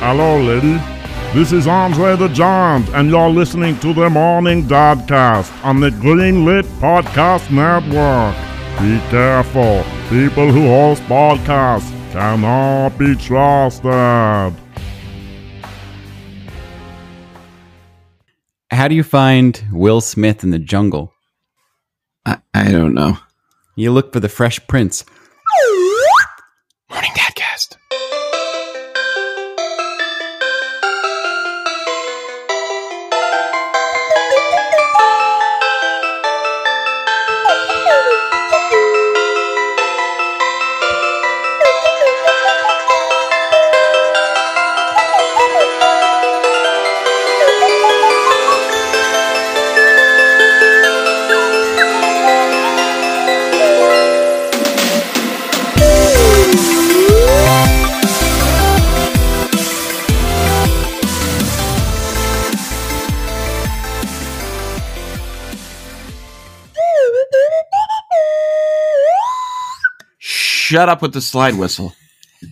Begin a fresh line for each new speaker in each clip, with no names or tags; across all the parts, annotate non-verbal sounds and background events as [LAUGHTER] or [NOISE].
Hello, lady. This is Andre the Johns, and you're listening to the Morning Dodcast on the Greenlit Podcast Network. Be careful. People who host podcasts cannot be trusted.
How do you find Will Smith in the jungle?
I, I don't know.
You look for the Fresh Prince.
Morning Dadcast. Shut up with the slide [LAUGHS] whistle.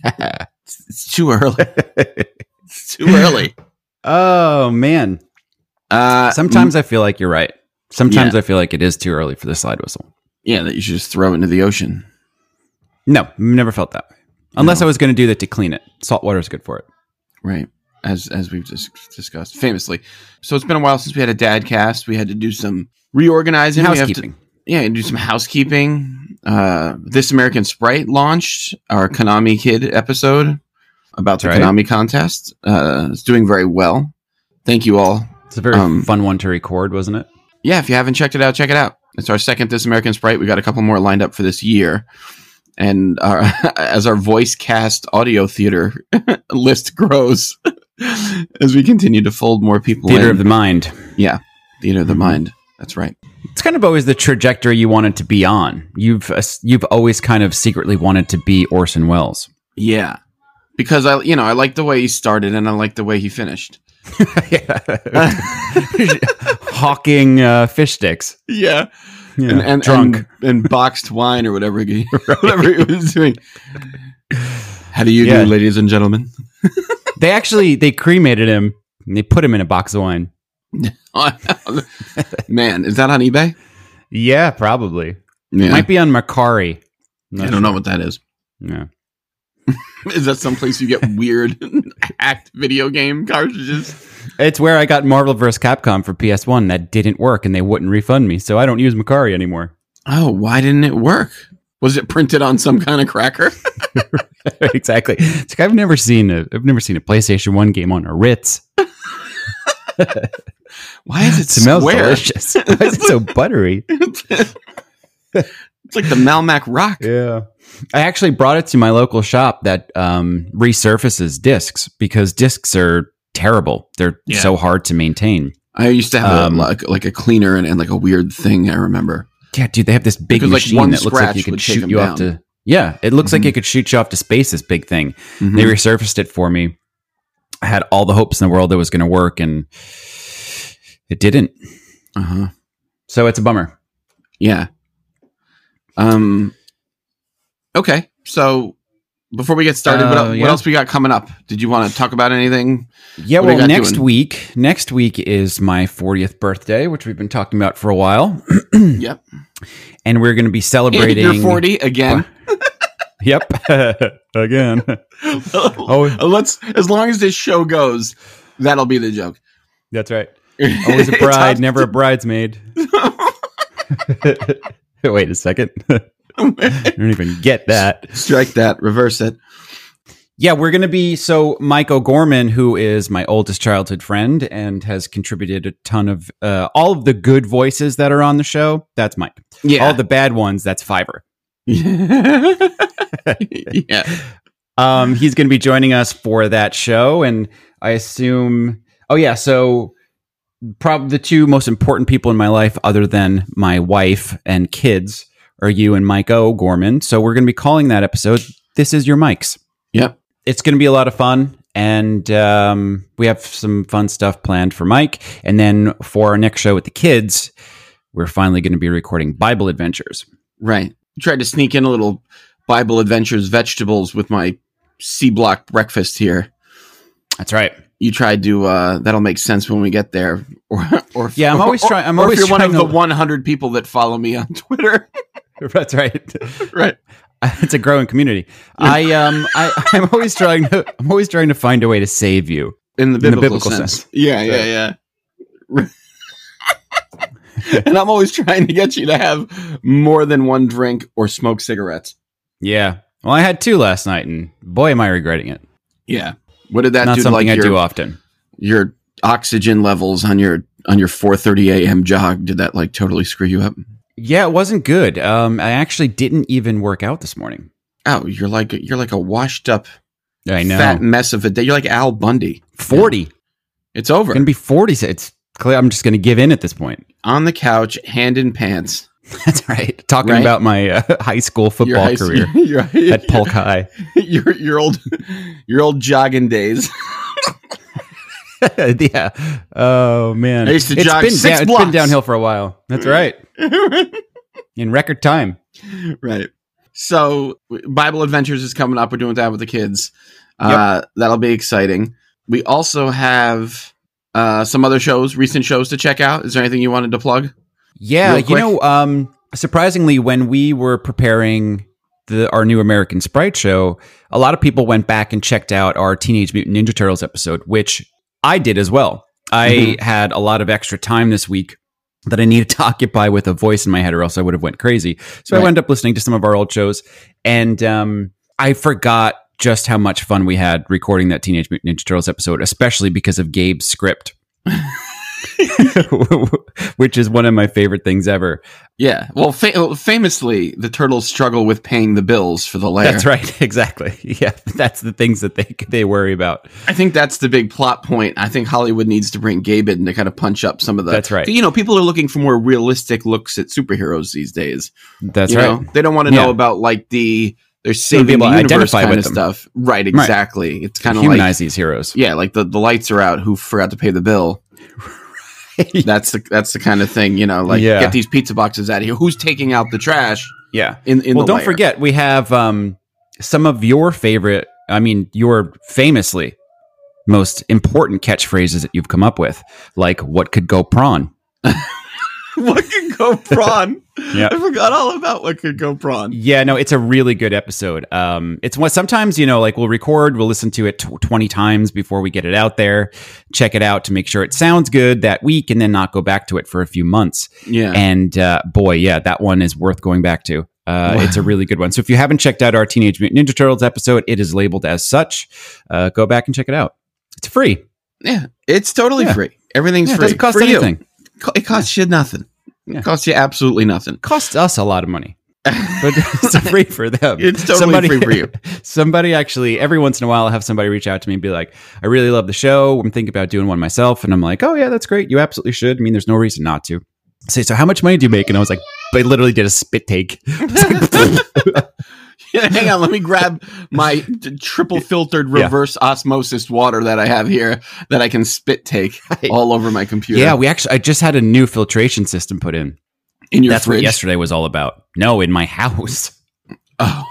It's, it's too early. It's too early.
Oh man.
Uh,
Sometimes I feel like you're right. Sometimes I feel like it is too early for the slide whistle.
yeah, that you should just throw it into the ocean.
No, never felt that way. Unless I was going to do that to clean it. Salt water is good for it.
Right. As as we've just discussed famously. So it's been a while since we had a dad cast. We had to do some reorganizing. We have to-
Housekeeping.
yeah, and do some housekeeping. Uh, this American Sprite launched our Konami Kid episode about the
Right.
Konami contest. Uh, it's doing very well. Thank you all.
It's a very
Um,
fun one to record, wasn't it?
Yeah, if you haven't checked it out, check it out. It's our second This American Sprite. We got a couple more lined up for this year. And our, [LAUGHS] as our voice cast audio theater [LAUGHS] list grows, [LAUGHS] as we continue to fold more people
Theater
in.
of the Mm-hmm. mind.
theater of the mind. That's right.
It's kind of always the trajectory you wanted to be on. You've uh, you've always kind of secretly wanted to be Orson
[LAUGHS]
Welles.
Yeah. Because I, you know, I like the way he started and I like the way
[LAUGHS]
he finished.
Hawking uh, fish sticks.
Yeah.
Yeah.
and, and
drunk.
and, and boxed wine or
[LAUGHS]
whatever he, [LAUGHS] whatever he was doing. How do you
Yeah.
do, ladies
[LAUGHS]
and gentlemen? [LAUGHS]
they actually they cremated him and they put him in a box of wine.
Man, is that on eBay?
Yeah, probably.
Yeah,
Might be on Macari. I'm not
I don't know what that is. [LAUGHS]
sure. Yeah.
Is that someplace
[LAUGHS]
you get weird [LAUGHS] hacked video game cartridges?
It's where I got Marvel vs. Capcom for PS1 that didn't work and they wouldn't refund me, so I don't use Macari anymore. [LAUGHS]
Oh, why didn't it work? Was it printed on some kind of cracker? [LAUGHS]
exactly. It's like I've never seen a I've never seen a PlayStation 1 game on a Ritz.
Why is it
It smells
square?
delicious. [LAUGHS] Why is it
[LAUGHS]
so buttery?
it's like the Malmac rock.
Yeah. I actually brought it to my local shop that um, resurfaces discs because discs are terrible. They're
Yeah.
so hard to maintain.
I used to have
Um,
a, like like a cleaner and, and like a weird thing. I remember.
Yeah, dude, they have this big
Because, like,
machine
one
that looks like
scratch
you could
would take
shoot
'em
you off
down.
to. Yeah, it looks
Mhm.
like it could shoot you off to space. This big thing.
Mhm.
They resurfaced it for me. I had all the hopes in the world it was going to work, and it didn't.
Uh-huh.
So it's a bummer.
Yeah. Um. Okay, so before we get started, what,
Uh,
el- what
yeah.
else we got coming up? Did you want to talk about anything?
Yeah.
What do
well,
you got
next
doing?
week, next week is my 40th birthday, which we've been talking about for a while,
[CLEARS THROAT] yep.
and we're going to be
And
celebrating.
You're 40 again.
[LAUGHS] Yep. [LAUGHS]
[LAUGHS]
Again. Oh,
Let's as long as this show goes, that'll be the joke.
that's right.
[LAUGHS]
Always a bride, never a bridesmaid. [LAUGHS] Wait a second. [LAUGHS] I don't even get that.
Strike that, reverse it.
Yeah, we're going to be. So, Mike O'Gorman, who is my oldest childhood friend and has contributed a ton of uh, all of the good voices that are on the show, that's Mike.
Yeah.
All
[LAUGHS]
the bad ones, that's Fiverr.
yeah.
Um, he's going to be joining us for that show. And I assume, oh, yeah. So, probably the two most important people in my life, other than my wife and kids, are you and Mike O'Gorman. So, we're going to be calling that episode This Is Your Mike's.
Yep.
it's going to be a lot of fun and um, we have some fun stuff planned for mike and then for our next show with the kids we're finally going to be recording bible adventures
Right. Tried to sneak in a little Bible Adventures vegetables with my C block breakfast here.
That's right.
you tried to uh that'll make sense when we get there [LAUGHS] or or
Yeah, I'm
or-
always
or-
trying- I'm
or
always
if you're
trying
one
to-
of the 100 people that follow me on [LAUGHS] twitter
[LAUGHS] That's right.
right
[LAUGHS] it's a growing community. I um I [LAUGHS] I'm always trying to I'm always trying to find a way to save you.
in the
the
biblical,
biblical
sense.
sense.
yeah yeah yeah
[LAUGHS]
and i'm always trying to get you to have more than one drink or smoke cigarettes
Yeah. Well, I had two last night, and boy, am I regretting it.
yeah what did that
Not
do to
something
like
I do
your,
often.
your oxygen levels on your on your 4:30 a.m. jog did that like totally screw you up
Yeah, it wasn't good. Um, I actually didn't even work out this morning.
oh you're like you're like a washed up
I know.
fat mess of a day you're like Al Bundy
forty.
it's over
Going to be forty. so It's clear. I'm just going to give in at this point. [LAUGHS]
on the couch, hand in pants.
That's right. Talking
Right?
about my uh, [LAUGHS] high school football
high-
career
[LAUGHS] your,
at Polk High. [LAUGHS]
your your old your old jogging days.
yeah. Oh man.
I used to
It's
jog
been
six
down- It's been
blocks.
downhill for a while. That's
[LAUGHS]
right. In record time.
right. So w- Bible Adventures is coming up. We're doing that with the kids. Uh, that'll be exciting. We also have uh, some other shows, recent shows to check out. Is there anything you wanted to plug?
Yeah,
Real
you
quick.
know, um, surprisingly, when we were preparing the our new American Sprite show, a lot of people went back and checked out our Teenage Mutant Ninja Turtles episode, which I did as well. I
Mm-hmm.
had a lot of extra time this week that I needed to [LAUGHS] occupy with a voice in my head, or else I would have went crazy. So I
Right.
wound up listening to some of our old shows, and um, I forgot just how much fun we had recording that Teenage Mutant Ninja Turtles episode, especially because of Gabe's script. [LAUGHS] which is one of my favorite things ever.
Yeah. Well, fa- famously, the turtles struggle with paying the bills for the lair.
That's right, [LAUGHS] exactly. Yeah, that's the things that they they worry about.
I think that's the big plot point. I think Hollywood needs to bring Gabe in to kind of punch up some of the.
That's right.
You know, people are looking for more realistic looks at superheroes these days.
That's
you
right.
Know? They don't want to
Yeah.
know about like the they're saving
able
the
to
universe
identify
kind of
with them.
stuff. Right. Exactly. It's kind of
Humanize
like
these
[LAUGHS]
heroes.
yeah, like the the lights are out. Who forgot to pay the bill?
[LAUGHS]
That's the that's the kind of thing. You know, like
Yeah.
get these pizza boxes out of here. Who's taking out the trash?
Yeah.
In in
well,
the
don't
lair? [LAUGHS]
forget we have um, some of your favorite. I mean, your famously most important catchphrases that you've come up with, like "What could go prawn."
what could go prawn.
[LAUGHS] Yeah.
I forgot all about what could go prawn.
Yeah, no, it's a really good episode. Um, it's what sometimes you know, like we'll record, we'll listen to it tw twenty times before we get it out there, check it out to make sure it sounds good that week, and then not go back to it for a few months.
Yeah.
And uh, boy, yeah, that one is worth going back to. Uh,
Wow.
It's a really good one. So if you haven't checked out our Teenage Mutant Ninja Turtles episode, it is labeled as such. Uh, go back and check it out. It's free.
Yeah, it's totally
Yeah.
free. Everything's
Yeah, it
free.
doesn't cost
For you.
anything.
Co- It costs you nothing.
Yeah.
It costs you absolutely nothing.
Costs us a lot of money,
[LAUGHS]
but it's free for them.
It's totally free for you.
[LAUGHS] Somebody actually, every once in a while, I'll have somebody reach out to me and be like, I really love the show. I'm thinking about doing one myself. And I'm like, oh, yeah, that's great. You absolutely should. I mean, there's no reason not to. Say, so how much money do you make? And I was like, I literally did a spit take.
Yeah, Hang on, let me grab my t- triple filtered
Yeah.
reverse osmosis water that I have here that I can spit take all over my computer.
Yeah, we actually, I just had a new filtration system put in.
in your
That's what
fridge.
yesterday was all about. No, in my house.
Oh,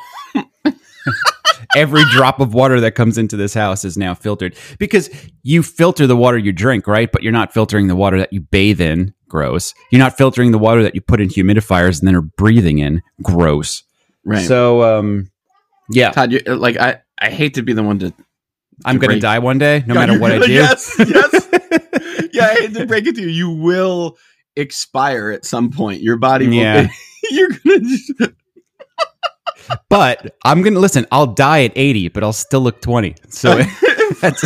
[LAUGHS] Every drop of water that comes into this house is now filtered because you filter the water you drink, right? But you're not filtering the water that you bathe in. Gross. You're not filtering the water that you put in humidifiers and then are breathing in. Gross.
right. So,
So, um, yeah,
Todd, you, uh, like I, I hate to be the one to
I'm going to
break-
die one day, no
God,
matter
you're
what I
gonna-
do.
Yes,
[LAUGHS]
[LAUGHS] yes. yeah, I hate to break it to you. You will expire at some point. Your body will.
Yeah.
[LAUGHS] you're gonna. Just,
But I'm going to listen. I'll die at 80, but I'll still look 20.
[LAUGHS]
So [LAUGHS] that's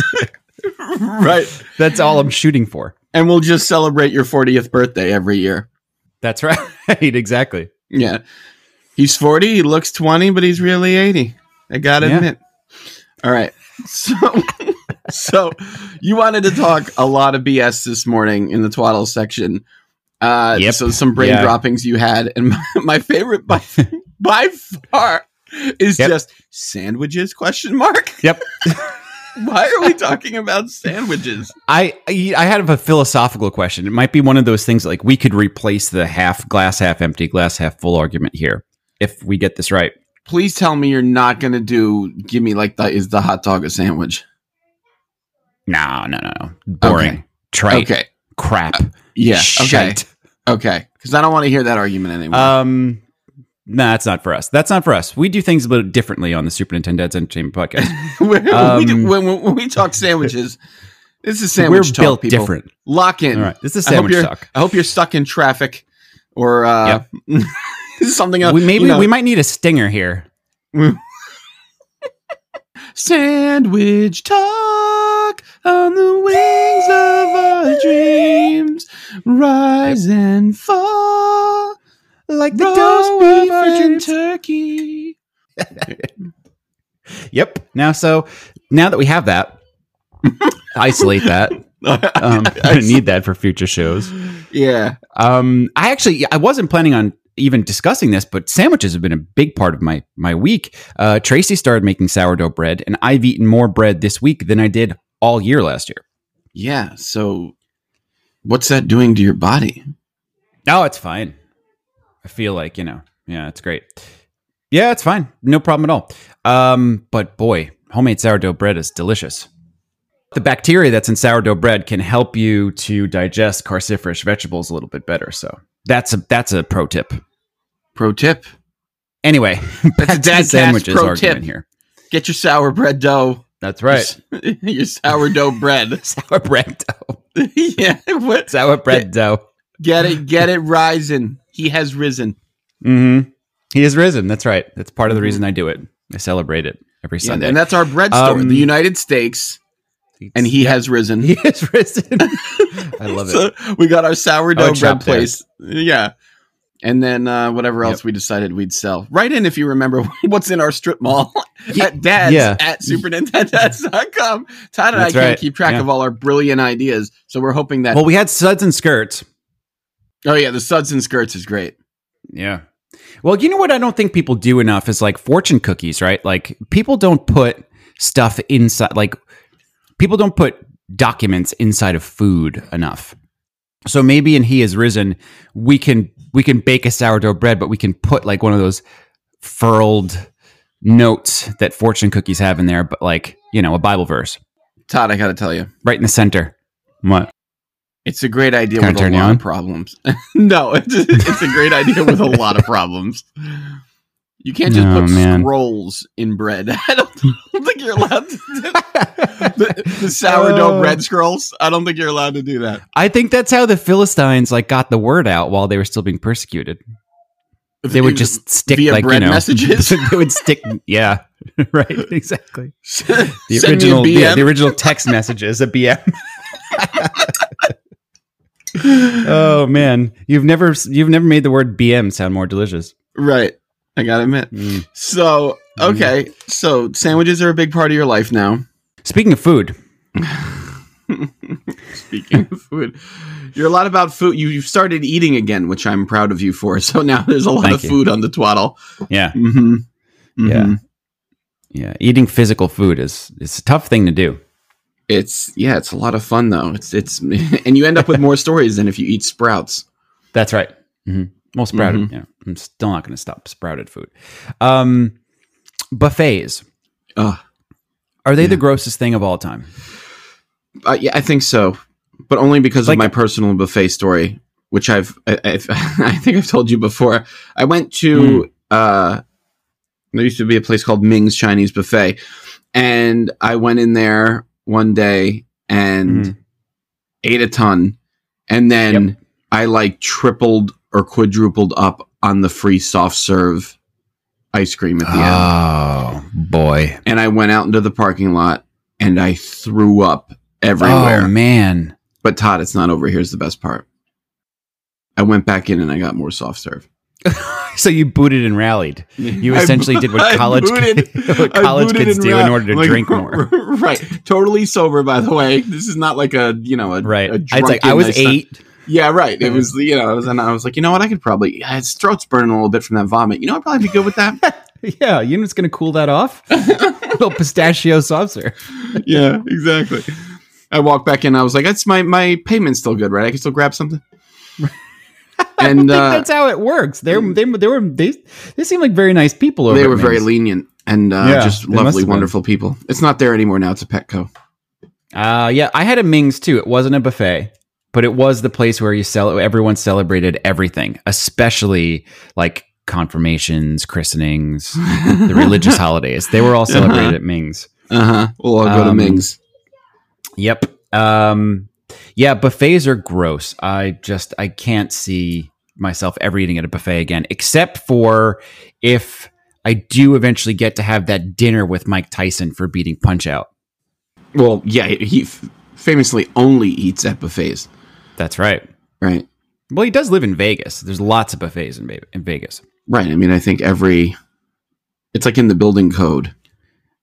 right.
that's all I'm shooting for.
And we'll just celebrate your 40th birthday every year.
That's right. [LAUGHS] exactly.
Yeah. He's 40, he looks 20, but he's really 80. I got to
Yeah.
admit. All right. So [LAUGHS] so you wanted to talk a lot of BS this morning in the twaddle section. Uh
Yep.
so some brain
Yeah.
droppings you had and [LAUGHS] my, my
[LAUGHS]
favorite by by far is
Yep.
just sandwiches question mark. [LAUGHS]
Yep.
Why are we talking about sandwiches?
I I I have a philosophical question. It might be one of those things like we could replace the half glass half empty, glass half full argument here if we get this right.
Please tell me you're not going to do give me like the is the hot dog a sandwich?
No, no, no, no. Boring.
Okay.
Trite.
Okay. Uh,
Crap.
Yeah. Okay.
Shite.
Okay. Because I don't want to hear that argument anymore.
Um, nah, that's not for us. That's not for us. We do things a little differently on the Super Nintendo Entertainment Podcast.
We're- we do-
um,
[LAUGHS] when, when, when we talk sandwiches, this is
We're
[LAUGHS] sandwich talk.
built
people.
different.
Lock in.
All right, this is
I hope
sandwich
you're-
talk.
I hope you're stuck in traffic or uh, [LAUGHS] something else.
we, maybe
you know,
we might need a stinger here.
sandwich talk on the wings of our dreams, rise and fall like
the dough of our dreams.
turkey.
Yep. Now, so now that we have that, [LAUGHS] isolate
[LAUGHS]
that. Um, I'm gonna need that for future shows.
yeah.
Um, I actually I wasn't planning on even discussing this, but sandwiches have been a big part of my my week. Uh, Tracy started making sourdough bread, and I've eaten more bread this week than I did all year last year.
Yeah. So, what's that doing to your body?
No, it's fine. I feel like, you know, yeah, it's great. Yeah, it's fine. No problem at all. Um, but boy, homemade sourdough bread is delicious. The bacteria that's in sourdough bread can help you to digest carciferous vegetables a little bit better. So that's a that's a pro tip.
Pro tip
Anyway, [LAUGHS]
That's a
back to the
Dadcast
sandwiches
pro
argument
tip.
here.
get your sour bread dough.
That's
Your
right.
s- [LAUGHS] your sourdough
[LAUGHS]
bread. [LAUGHS]
sour bread dough. [LAUGHS]
yeah. What?
Sour bread dough.
Get it. Get it rising. He has risen.
Mm-hmm. He has risen. That's right. That's part of the reason I do it. I celebrate it every
Mm-hmm. Yeah,
Sunday.
and that's our bread store,
Um,
the United States, and he
[LAUGHS]
has risen. [LAUGHS]
He is risen. I love it.
So we got our sourdough bread
chopped there.
place. Yeah. And then uh, whatever
Yep.
else we decided we'd sell. Write in if you remember [LAUGHS] what's in our strip mall [LAUGHS] at dads
yeah.
at supernintendodads.com. Todd and I
That's
can't
right.
keep track
Yeah.
of all our brilliant ideas. So we're hoping that.
Well, we had suds and skirts.
oh, yeah. The suds and skirts is great.
Yeah. Well, you know what I don't think people do enough is like fortune cookies, right? Like people don't put stuff inside like people don't put documents inside of food enough. So maybe in He Is Risen, we can we can bake a sourdough bread, but we can put like one of those furled notes that fortune cookies have in there, but like, you know, a Bible verse
Todd, I got to tell you,
right in the center. What?
it's a great idea
Kinda
with a
turn you
lot
on?
of problems. [LAUGHS] no, it's, it's a great idea with a lot of problems. You can't just
Oh,
put
man.
scrolls in bread. [LAUGHS] I don't, I don't think you're allowed to do the, the sourdough
Oh.
bread scrolls. I don't think you're allowed to do that.
I think that's how the Philistines like got the word out while they were still being persecuted. They would just stick
via
like
bread
you know
messages?
[LAUGHS] they would stick yeah. [LAUGHS]
[LAUGHS]
right, exactly.
[LAUGHS] send
The
me a
original
BM.
yeah, the original text messages a BM. [LAUGHS] oh man, you've never you've never made the word BM sound more delicious.
right. I gotta admit.
Mm.
So
Mm-hmm.
okay, so sandwiches are a big part of your life now.
Speaking of food,
Speaking of food, you're a lot about food. You, you've started eating again, which I'm proud of you for. [LAUGHS] So now there's a lot
Thank
of
you.
food on the twaddle.
yeah,
Mm-hmm.
Yeah. yeah, eating physical food is is a tough thing to do.
It's yeah, it's a lot of fun though. It's it's [LAUGHS] and you end up with more stories than if you eat sprouts.
That's right. hmm Well, sprouted.
Mm-hmm.
Yeah, I'm still not going to stop sprouted food. Um, buffets
Ugh.
are they the grossest thing of all time?
Uh, yeah, I think so, but only because
Like-
of my personal buffet story, which I've I, [LAUGHS] I've, I think I've told you before. I went
Hmm.
to uh, there used to be a place called Ming's Chinese Buffet, and I went in there one day and
Mhm.
ate a ton, and then I like tripled or quadrupled up on the free soft serve ice cream at the end
Oh boy!
and I went out into the parking lot and I threw up everywhere.
Oh man!
But Todd, it's not over. Here's the best part. I went back in and I got more soft serve.
[LAUGHS] So you booted and rallied. You
I
essentially
bo-
did what
I
college
booted-
[LAUGHS] what
I
college
booted
kids
and
do
ra-
in order to
like, [LAUGHS]
drink more.
right. Totally sober, by the way. This is not like a you know a
Right.
A
I was like, I
drunken-
was eight. [LAUGHS]
Yeah, right. It was you know, it was, and I was like, you know what? I could probably. His throat's burning a little bit from that vomit. You know, I'd probably be good with that.
[LAUGHS]
[LAUGHS]
Yeah, you know it's gonna cool that off. Little pistachio saucer.
yeah, exactly. I walked back in. I was like, "That's my my payment's still good, right? I can still grab
[LAUGHS]
something." and
I
uh,
think [LAUGHS] that's how it works. They're, they they were they they seem like very nice people. Over
they
at
were very
Ming's.
lenient and uh,
Yeah,
just
they must
lovely,
have been.
wonderful people. It's not there anymore now. It's a Petco.
Uh, yeah, I had a Ming's too. It wasn't a buffet, but it was the place where you sell. Everyone celebrated everything, especially like confirmations, christenings, the religious holidays. They were all celebrated
Uh-huh.
at Ming's.
Uh huh. We'll all go to
Um,
Ming's.
Yep. Um, yeah, buffets are gross. I just I can't see myself ever eating at a buffet again, except for if I do eventually get to have that dinner with Mike Tyson for beating Punch Out.
Well, yeah, he f- famously only eats at buffets,
That's right.
right?
Well, he does live in Vegas. There's lots of buffets in, Ve- in Vegas.
Right. I mean, I think every it's like in the building code.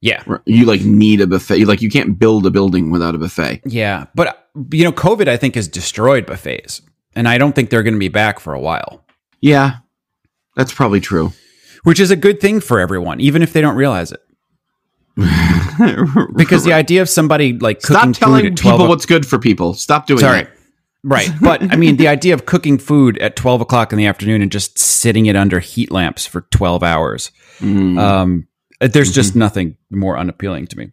Yeah.
right? You like need a buffet. Like you can't build a building without a buffet.
Yeah. But, uh, you know, COVID, I think, has destroyed buffets. And I don't think they're going to be back for a while,
Yeah, that's
[LAUGHS]
probably true.
which is a good thing for everyone, even if they don't realize it. Because the idea of somebody like cooking
stop
food
telling
at 12
people
o-
what's good for people. Stop doing
Sorry.
that. [LAUGHS]
Right. But I mean, the idea of cooking food at 12 o'clock in the afternoon and just sitting it under heat lamps for 12 hours,
Mm.
um,
Mm-hmm.
there's just nothing more unappealing to me.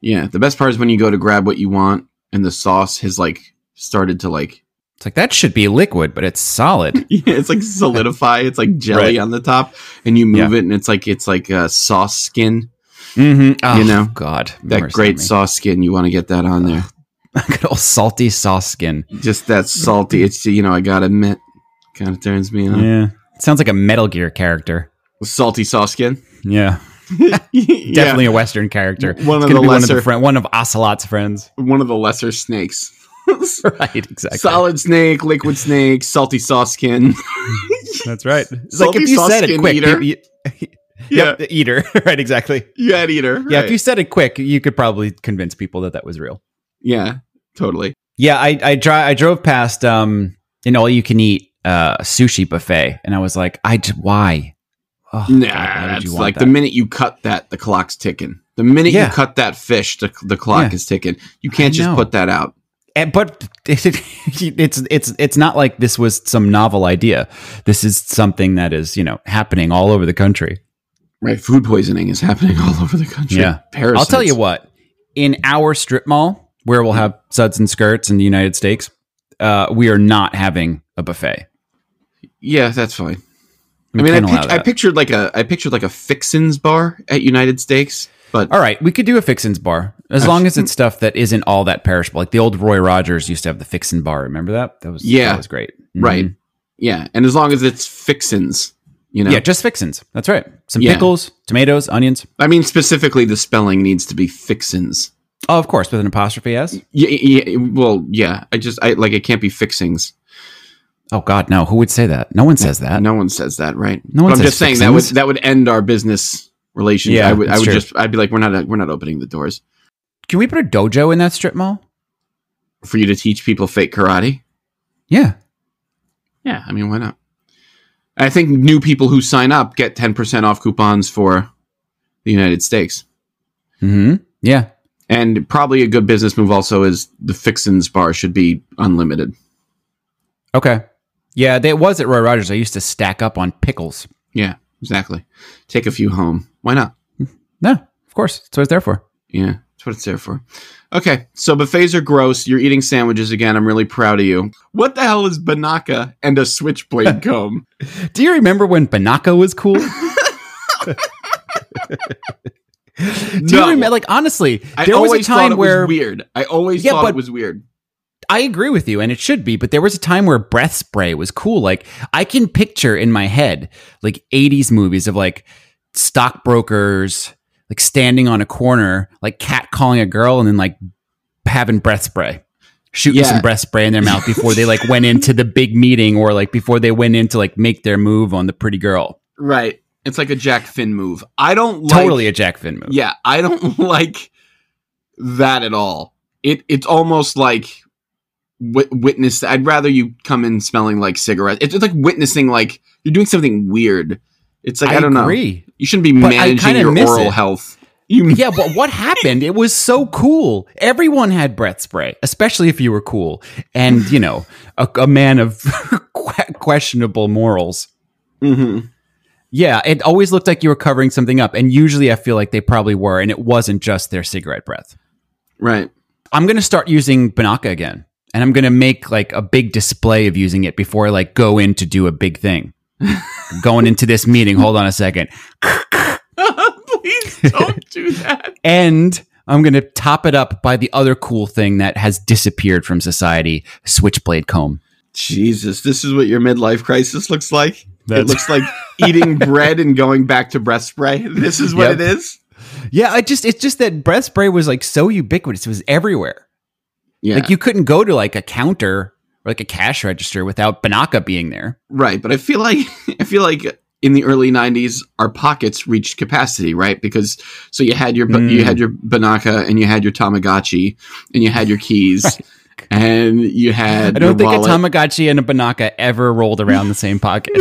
yeah, the best part is when you go to grab what you want and the sauce has like started to like
It's like that should be liquid, but it's [LAUGHS] solid.
Yeah, it's like solidify. It's like jelly
Right.
on the top, and you move
Yeah.
it, and it's like it's like uh, sauce skin.
mm-hmm. oh,
You know,
God,
That
mercy on
great
me.
sauce skin. You want to get that on there.
[LAUGHS] good old salty sauce skin.
Just that salty. It's you know, I gotta admit, kind of turns me on.
Yeah, sounds like a Metal Gear character.
Salty sauce
[LAUGHS]
skin.
Yeah,
Definitely
definitely a Western character.
W- one
It's
of
gonna
the
be one
lesser-
of friend, one of Ocelot's
[LAUGHS]
friends.
one of the lesser snakes. [LAUGHS]
right, exactly.
Solid snake, liquid snake, salty sauce skin. [LAUGHS]
That's right. It's
Salty
like if you
sauce
said it
skin
quick,
eater.
you- you-
Yeah,
yep, the eater. [LAUGHS] right, exactly.
you had eater.
Yeah,
right.
if you said it quick, you could probably convince people that that was real.
yeah, totally.
Yeah, I I, dri- I drove past um an all you can eat uh sushi buffet, and I was like, I j- why? Oh,
Nah,
God, why would
that's
you want
like
that?
the minute you cut that, the clock's ticking. The minute
Yeah.
you cut that fish, the, the clock
Yeah.
is ticking. You can't
I
just
know.
put that out.
And, but [LAUGHS] it's it's it's not like this was some novel idea. This is something that is you know happening all over the country.
Right, food poisoning is [LAUGHS] happening all over the country.
Yeah.
Parasites.
I'll tell you what. In our strip mall, where we'll have suds and skirts in the United States, uh, we are not having a buffet.
Yeah, that's fine.
We
I mean, I,
can't allow
pic- I
that.
pictured like a I pictured like a fixins bar at United Steaks, but
All right, we could do a fixins bar as long
[LAUGHS]
as it's stuff that isn't all that perishable. Like the old Roy Rogers used to have the fixin bar. Remember that? That was
Yeah.
that was great.
right,
Mhm.
yeah, and as long as it's fixins, you know.
Mm-hmm. Yeah, just fixins. That's right. Some
Yeah.
pickles, tomatoes, onions.
I mean, specifically, the spelling needs to be fixins.
Oh, of course, with an apostrophe s.
Yeah, yeah, well, yeah. I just I like it can't be fixings.
Oh God, no! Who would say that? No one says that.
Uh, No one says that, right?
No one
But I'm
says
just saying that would
fixins.
that would end our business relationship.
Yeah,
I would I
that's
would
true.
just I'd be like, we're not we're not opening the doors
Can we put a dojo in that strip mall?
for you to teach people fake karate.
Yeah.
Yeah, I mean, why not? I think new people who sign up get 10% off coupons for the United States.
Hmm. Yeah.
And probably a good business move also is the Fixins bar should be unlimited.
Okay. Yeah, that was at Roy Rogers. I used to stack up on pickles.
Yeah, exactly. Take a few home. Why not?
No, of course. That's what it's there for.
Yeah, that's what it's there for. Okay, so buffets are gross. You're eating sandwiches again. I'm really proud of you. What the hell is banaka and
[LAUGHS]
a switchblade comb?
Do you remember when Banaka was
[LAUGHS]
cool? Do you
No.
remember? Like honestly,
I
there was a
always thought
time
it
where
was weird. I always
Yeah,
thought
but-
it was weird.
I agree with you, and it should be. But there was a time where breath spray was cool. Like I can picture in my head like '80s movies of like stockbrokers like standing on a corner, like cat calling a girl, and then like having breath spray, shooting
Yeah.
some breath spray in their mouth before they like went into the big meeting or like before they went in to like make their move on the pretty girl.
Right. It's like a Jack Finn move. I don't like,
totally a Jack Finn move.
Yeah, I don't [LAUGHS] like that at all. It it's almost like wit- witness. I'd rather you come in smelling like cigarettes. It's, it's like witnessing like you're doing something weird. It's like I, don't know.
agree.
You shouldn't be
But I
managing
kinda
your
miss
oral
it.
health. You
yeah, but what happened? It was so cool. Everyone had breath spray, especially if you were cool and, you know, a, a man of [LAUGHS] que- questionable morals.
Mhm.
Yeah, it always looked like you were covering something up. And usually I feel like they probably were. And it wasn't just their cigarette breath.
right.
I'm gonna start using Banaka again, and I'm gonna make like a big display of using it before I like go in to do a big thing. [LAUGHS] going into this meeting, hold on a second,
[LAUGHS] Please
[LAUGHS]
don't do that.
and I'm gonna top it up by the other cool thing that has disappeared from society: switchblade comb.
Jesus, this is what your midlife crisis looks like. it
That's- [LAUGHS]
looks like eating bread and going back to breath spray. [LAUGHS] This is what
Yep.
it is.
Yeah, I just it's just that breath spray was like so ubiquitous; it was everywhere.
Yeah.
Like you couldn't go to like a counter or like a cash register without Banaka being there.
Right, but I feel like [LAUGHS] I feel like in the early '90s, our pockets reached capacity, right? Because so you had your
Mm.
you had your Banaka and you had your Tamagotchi and you had
[LAUGHS]
your keys and you had.
I
your
don't think
wallet.
a Tamagotchi and a Banaka ever rolled around the same
[LAUGHS]
pocket.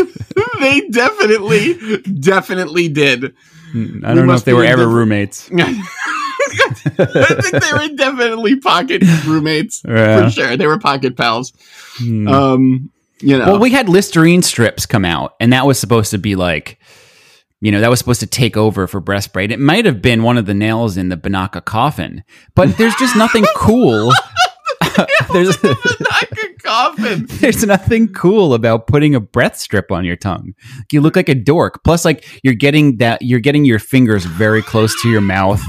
they definitely, definitely did.
I don't know
must
if they
be
were
in
ever
different-
roommates.
[LAUGHS] I think they were
[LAUGHS]
definitely pocket roommates
Yeah.
for sure. They were pocket pals.
Hmm.
Um, you know,
Well, we had Listerine strips come out, and that was supposed to be like, you know, that was supposed to take over for breastplate. It might have been one of the nails in the Banaka coffin, but there's just nothing cool.
[LAUGHS]
[LAUGHS] there's
Banaka coffin.
there's nothing cool about putting a breath strip on your tongue. You look like a dork. Plus, like you're getting that you're getting your fingers very close to your mouth,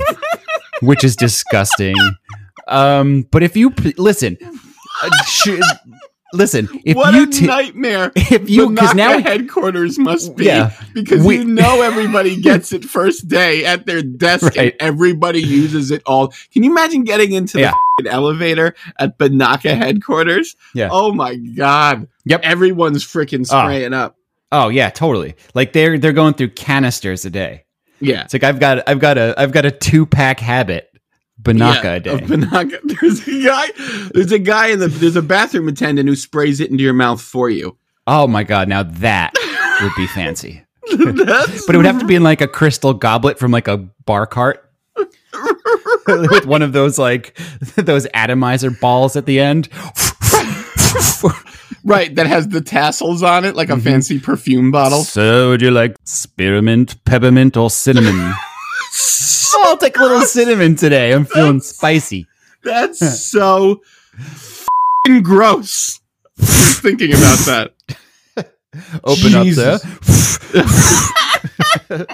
which is disgusting. Um, but if you p- listen, uh, sh- listen, if
what
you
a
t-
nightmare.
if you
the
because now
Naka headquarters must be
Yeah.
because
We-
you
[LAUGHS]
know everybody gets it first day at their desk and
Right.
everybody uses it all. Can you imagine getting into
Yeah.
the fing elevator at Banaka headquarters?
Yeah.
Oh my god.
Yep.
Everyone's freaking
Ah.
spraying up.
oh yeah, totally. Like they're they're going through canisters a day.
Yeah.
It's like I've got I've got a I've got a two pack habit, Banaka
Yeah,
a day.
of Banaka. [LAUGHS] There's a guy. There's a guy in the. There's a bathroom attendant who sprays it into your mouth for you. [LAUGHS]
oh my god, now that would be fancy.
That's
But it would have to be in like a crystal goblet from like a bar cart. [LAUGHS] with one of those like [LAUGHS] those atomizer balls at the end.
[LAUGHS] right. That has the tassels on it, like a fancy perfume bottle.
so would you like spearmint, peppermint, or cinnamon? oh, I'll take a little cinnamon today. I'm feeling spicy.
That's so fing gross. Just thinking about that.
Open
Jesus.
up there.
[LAUGHS]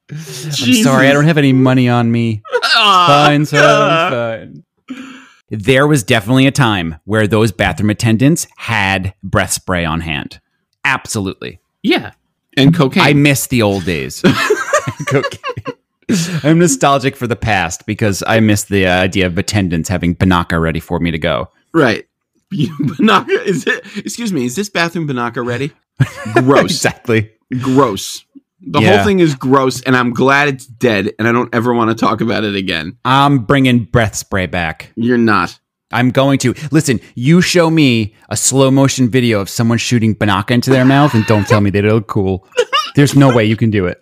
I'm sorry, I don't have any money on me. Fine, sir, fine. There was definitely a time where those bathroom attendants had breath spray on hand. Absolutely.
Yeah. And cocaine.
I miss the old days. Cocaine. I'm nostalgic for the past because I miss the uh, idea of attendants having Banaka ready for me to go.
right. [LAUGHS] Banaka is it excuse me, is this bathroom Banaka [LAUGHS] ready? Gross.
exactly.
gross. The
Yeah.
whole thing is gross and I'm glad it's dead and I don't ever want to talk about it again.
I'm bringing breath spray back.
You're not.
I'm going to listen. You show me a slow motion video of someone shooting banaka into their mouth, and don't tell me that it look cool. There's no way you can do it.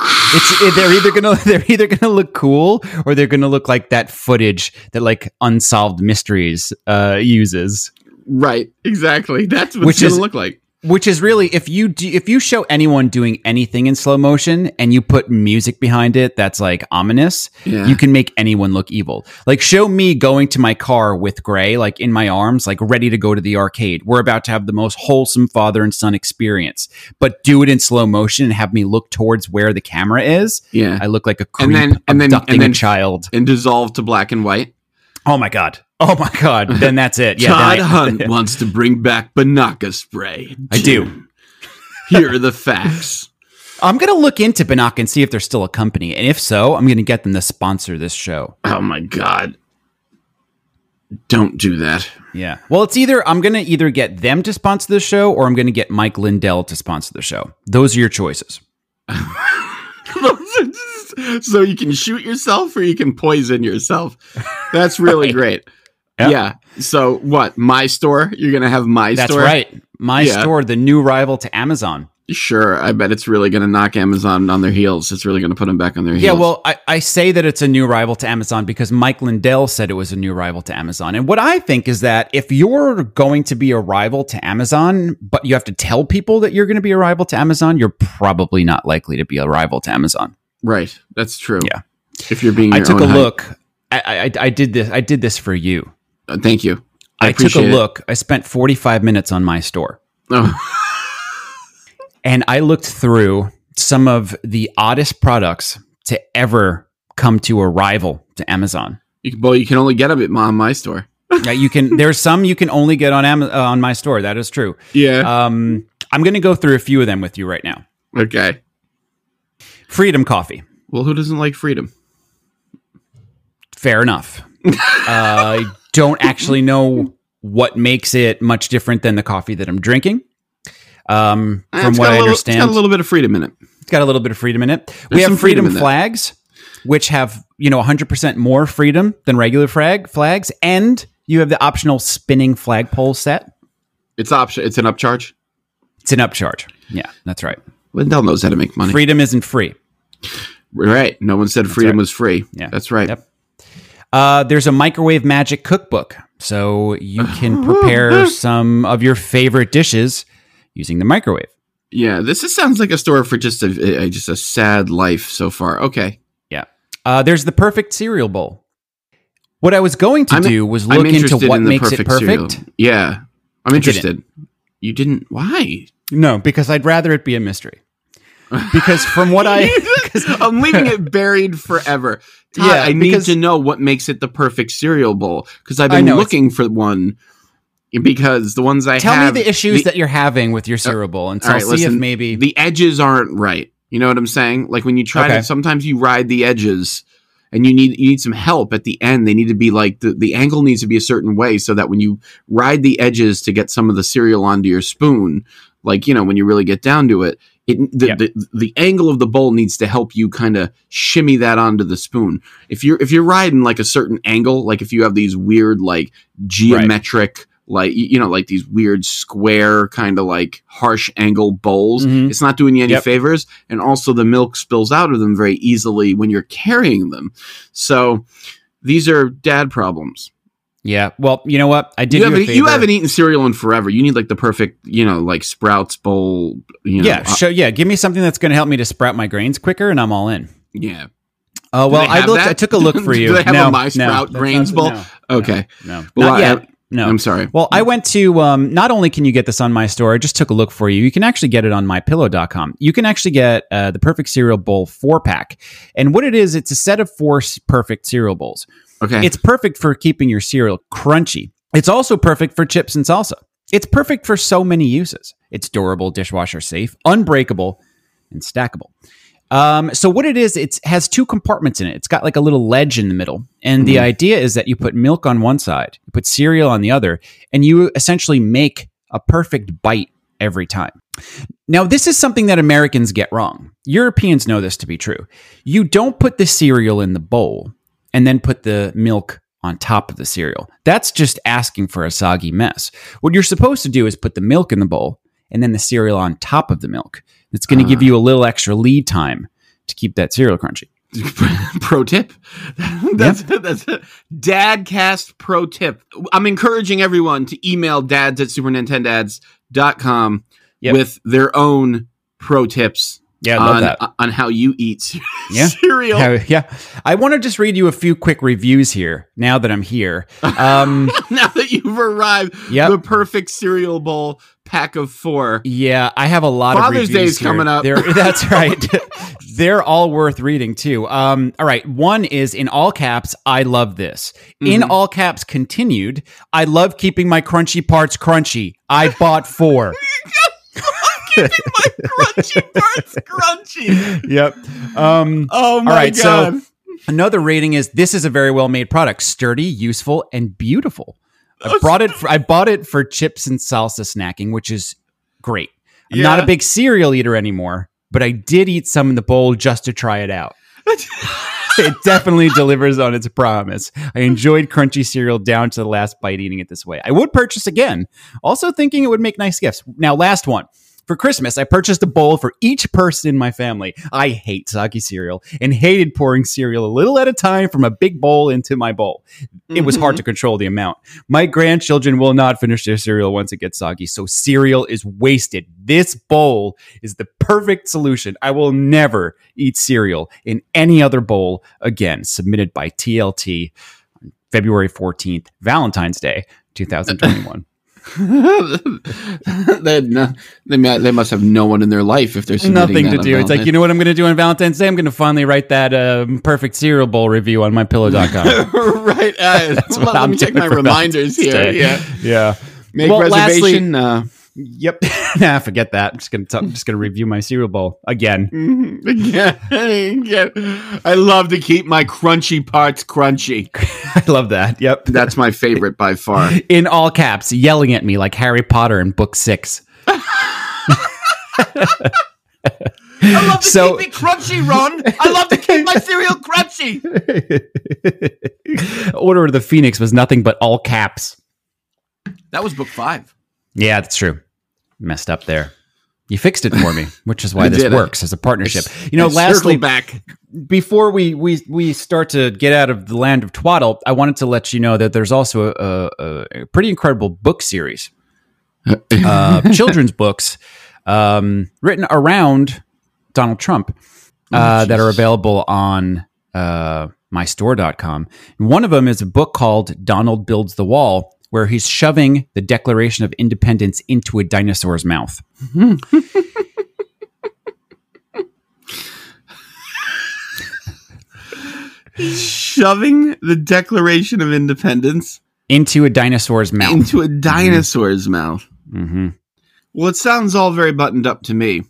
It's it- they're either gonna [LAUGHS] they're either gonna look cool or they're gonna look like that footage that like Unsolved Mysteries uh, uses,
Right. Exactly. That's what
Which
it's going
is-
to look like.
which is really if you do, if you show anyone doing anything in slow motion and you put music behind it that's like ominous,
Yeah.
you can make anyone look evil. Like show me going to my car with Gray, like in my arms, like ready to go to the arcade. We're about to have the most wholesome father and son experience, but do it in slow motion and have me look towards where the camera is.
yeah.
I look like a creep
And then- and then-
abducting
and then-
a child.
and dissolve to black and white.
Oh my god. Oh my god. Then that's it. Yeah.
Todd [LAUGHS]
then I-
Hunt wants to bring back Banaka spray.
I do.
Jim, Here are the facts.
I'm gonna look into Banaka and see if they're still a company, and if so, I'm gonna get them to sponsor this show.
Oh my god. Don't do that. [LAUGHS]
Yeah. Well, it's either I'm gonna either get them to sponsor the show, or I'm gonna get Mike Lindell to sponsor the show. Those are your choices.
so you can shoot yourself or you can poison yourself. That's [LAUGHS] really great.
Yeah.
Yeah. So what? My store? You're gonna have my
That's
store?
right. My
Yeah.
store, the new rival to Amazon.
Sure. I bet it's really gonna knock Amazon on their heels. It's really gonna put them back on their heels.
Yeah, well, I, I say that it's a new rival to Amazon because Mike Lindell said it was a new rival to Amazon. And what I think is that if you're going to be a rival to Amazon, but you have to tell people that you're going to be a rival to Amazon, you're probably not likely to be a rival to Amazon.
right. That's true.
Yeah.
If you're being,
I
your
took
own
a
hype.
look I, I I did this. I did this for you.
Uh, thank you.
I, took a
appreciate it.
look. I spent 45 minutes on my store
Oh, [LAUGHS]
and I looked through some of the oddest products to ever come to a rival to
[LAUGHS]
Amazon.
you can, well, you can only get them at my, my store.
Yeah, you can. There's some you can only get on Amazon, on my store. That is true.
Yeah.
Um, I'm going to go through a few of them with you right now.
Uh, okay.
Freedom Coffee.
Well, who doesn't like freedom?
Fair
[LAUGHS]
enough. Uh, I don't actually know what makes it much different than the coffee that I'm drinking. Um,
Eh,
from
it's
what
got a
I
little-
understand,
it's got a little bit of freedom in it.
It's got a little bit of freedom in it. we
There's
have
some
freedom,
freedom in that.
flags, which have you know 100% more freedom than regular flag flags, and you have the optional spinning flagpole set.
It's option. It's an upcharge.
It's an upcharge. Yeah, that's right.
Lindell knows how to make money.
Freedom isn't free.
Right. No one said freedom was free.
Yeah.
That's right.
Yep. Uh, there's a microwave magic cookbook, so you can
Oh,
prepare some of your favorite dishes using the microwave.
Yeah. This is, sounds like a store for just a, a just a sad life so far. Okay.
Yeah. Uh, there's the perfect cereal bowl. What I was going to
I'm-
do was look into what
the
makes it
cereal.
perfect.
Yeah. I'm
didn't.
interested. You didn't. Why?
No, because I'd rather it be a mystery. Because from what
[LAUGHS]
I
[LAUGHS] I'm leaving it buried forever. Todd,
Yeah,
I need
because-
to know what makes it the perfect cereal bowl because I've
I
been
know, it's-
looking for one because the ones I
tell
have
me the issues
the- Uh,
that you're having with your cerebral, and so
all right,
I'll see if
listen,
maybe
the edges aren't right. You know what I'm saying? Like when you try
Okay.
to sometimes you ride the edges and you need you need some help at the end. They need to be like the, the angle needs to be a certain way so that when you ride the edges to get some of the cereal onto your spoon, like you know, when you really get down to it, it the,
Yeah.
the, the angle of the bowl needs to help you kind of shimmy that onto the spoon. If you're if you're riding like a certain angle, like if you have these weird like geometric like y- you know like these weird square kind of like harsh angle bowls
Mhm.
it's not doing you any
Yep.
favors and also the milk spills out of them very easily when you're carrying them so these are dad problems
yeah. Well, you know what? I did
you
you,
haven't, e,
a favor.
you haven't eaten cereal in forever you need like the perfect you know like sprouts bowl you know
yeah,
uh,
show yeah. Give me something that's going to help me to sprout my grains quicker, and I'm all in.
yeah
Oh
Do
well,
they
I
have
looked.
that?
I took a look for
[LAUGHS] Do
you.
they have a
no,
My
no,
Sprout
that's
grains
not-
bowl?
no,
okay
No, no.
Well,
not
I-
yet. No.
i'm sorry
well, I went to um, not only can you get this on my store, I just took a look for you. You can actually get it on mypillow.com. You can actually get uh, the perfect cereal bowl four pack. And what it is, it's a set of four s- perfect cereal bowls.
okay
It's perfect for keeping your cereal crunchy. It's also perfect for chips and salsa. It's perfect for so many uses. It's durable, dishwasher safe, unbreakable, and stackable. Um, so what it is, it has two compartments in it. It's got like a little ledge in the middle, and the idea is that you put milk on one side, you put cereal on the other, and you essentially make a perfect bite every time. Now, this is something that Americans get wrong. Europeans know this to be true. You don't put the cereal in the bowl and then put the milk on top of the cereal. That's just asking for a soggy mess. What you're supposed to do is put the milk in the bowl and then the cereal on top of the milk. It's going to give you a little extra lead time to keep that cereal crunchy.
[LAUGHS] pro tip [LAUGHS] that's that's a dadcast pro tip i'm encouraging everyone to email dads at supernintendads.com
Yep.
with their own pro tips
Yeah,
on, on how you eat [LAUGHS]
Yeah.
cereal
Yeah, yeah. I want to just read you a few quick reviews here now that I'm here. Um,
[LAUGHS] now that you've arrived
Yep.
the perfect cereal bowl pack
[LAUGHS]
of four
yeah, I have a lot of
Father's
reviews
Day is
here.
coming up.
They're- [LAUGHS]
[LAUGHS]
that's right. They're all worth reading too. Um, all right. One is in all caps, I love this. In
Mm-hmm.
all caps continued, I love keeping my crunchy parts crunchy. I bought
[LAUGHS]
four.
crunchy parts crunchy
yep. Um,
oh my
right, so-
god
Another rating is this is a very well made product, sturdy, useful, and beautiful. I brought it. For, I bought it for chips and salsa snacking, which is great. I'm not a
Yeah.
big cereal eater anymore, but I did eat some in the bowl just to try it out. it definitely delivers on its promise. I enjoyed crunchy cereal down to the last bite eating it this way. I would purchase again, also thinking it would make nice gifts. Now, last one. For Christmas, I purchased a bowl for each person in my family. I hate soggy cereal and hated pouring cereal a little at a time from a big bowl into my bowl. It was hard to
Mm-hmm.
control the amount. My grandchildren will not finish their cereal once it gets soggy, so cereal is wasted. This bowl is the perfect solution. I will never eat cereal in any other bowl again. Submitted by TLT on February 14th, Valentine's Day, 2021.
[LAUGHS] they, had no- they, mu- they must have no one in their life if they're [LAUGHS] submitting
Nothing
that
to
on
do. It's like, you know what I'm going to do on Valentine's Day? I'm going to finally write that um, perfect cereal bowl review on
[LAUGHS]
mypillow.com.
Valentine's. right. [LAUGHS] Uh,
That's
let,
what
let
I'm
me check
doing
my
for
reminders here.
Valentine's Day. yeah.
Yeah. Make
Well, lastly-
reservation. uh,
Yep. [LAUGHS] nah, forget that. I'm just going to I'm just going to review my cereal bowl again.
Mhm. yeah, [LAUGHS] yeah. I love to keep my crunchy parts crunchy.
[LAUGHS] I love that. Yep.
That's my favorite by [LAUGHS] far.
In all caps, yelling at me like Harry Potter in book [LAUGHS] 6.
I love
to So- keep
it crunchy, Ron. I love to keep my cereal crunchy.
Order of the Phoenix was nothing but all caps.
That was book five.
Yeah, that's true. Messed up there. You fixed it for me, which [LAUGHS] is why
I
this
did it.
works as a partnership.
It's-
You know,
it's
lastly,
circle back.
before we, we we start to get out of the land of twaddle, I wanted to let you know that there's also a, a, a pretty incredible book
[LAUGHS]
series, uh, children's books um, written around Donald Trump uh, that are available on uh, mystore.com. And one of them is a book called Donald Builds the Wall, where he's shoving the Declaration of Independence into a dinosaur's mouth.
Shoving the Declaration of Independence
Into a dinosaur's mouth.
into a dinosaur's mouth.
hmm
Well, it sounds all very buttoned up to me.
It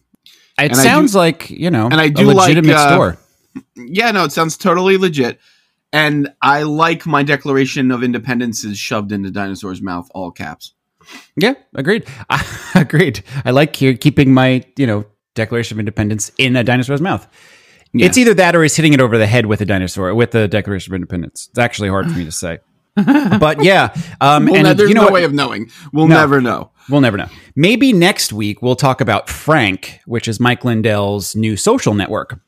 And I
sounds like, you know,
and I
a
do like,
legitimate
uh,
store.
Yeah, no, it sounds totally legit. And I like my Declaration of Independence is shoved into dinosaur's mouth, all caps.
Yeah, agreed. [LAUGHS] agreed. I like here keeping my, you know, Declaration of Independence in a dinosaur's mouth.
Yeah.
It's either that or he's hitting it over the head with a dinosaur with the Declaration of Independence. It's actually hard for me to
[LAUGHS]
say. but yeah, um,
Well,
and
no, there's
you know
no
what?
way of knowing. We'll
No.
never know.
we'll never know. Maybe next week we'll talk about Frank, which is Mike Lindell's new social
[LAUGHS]
network.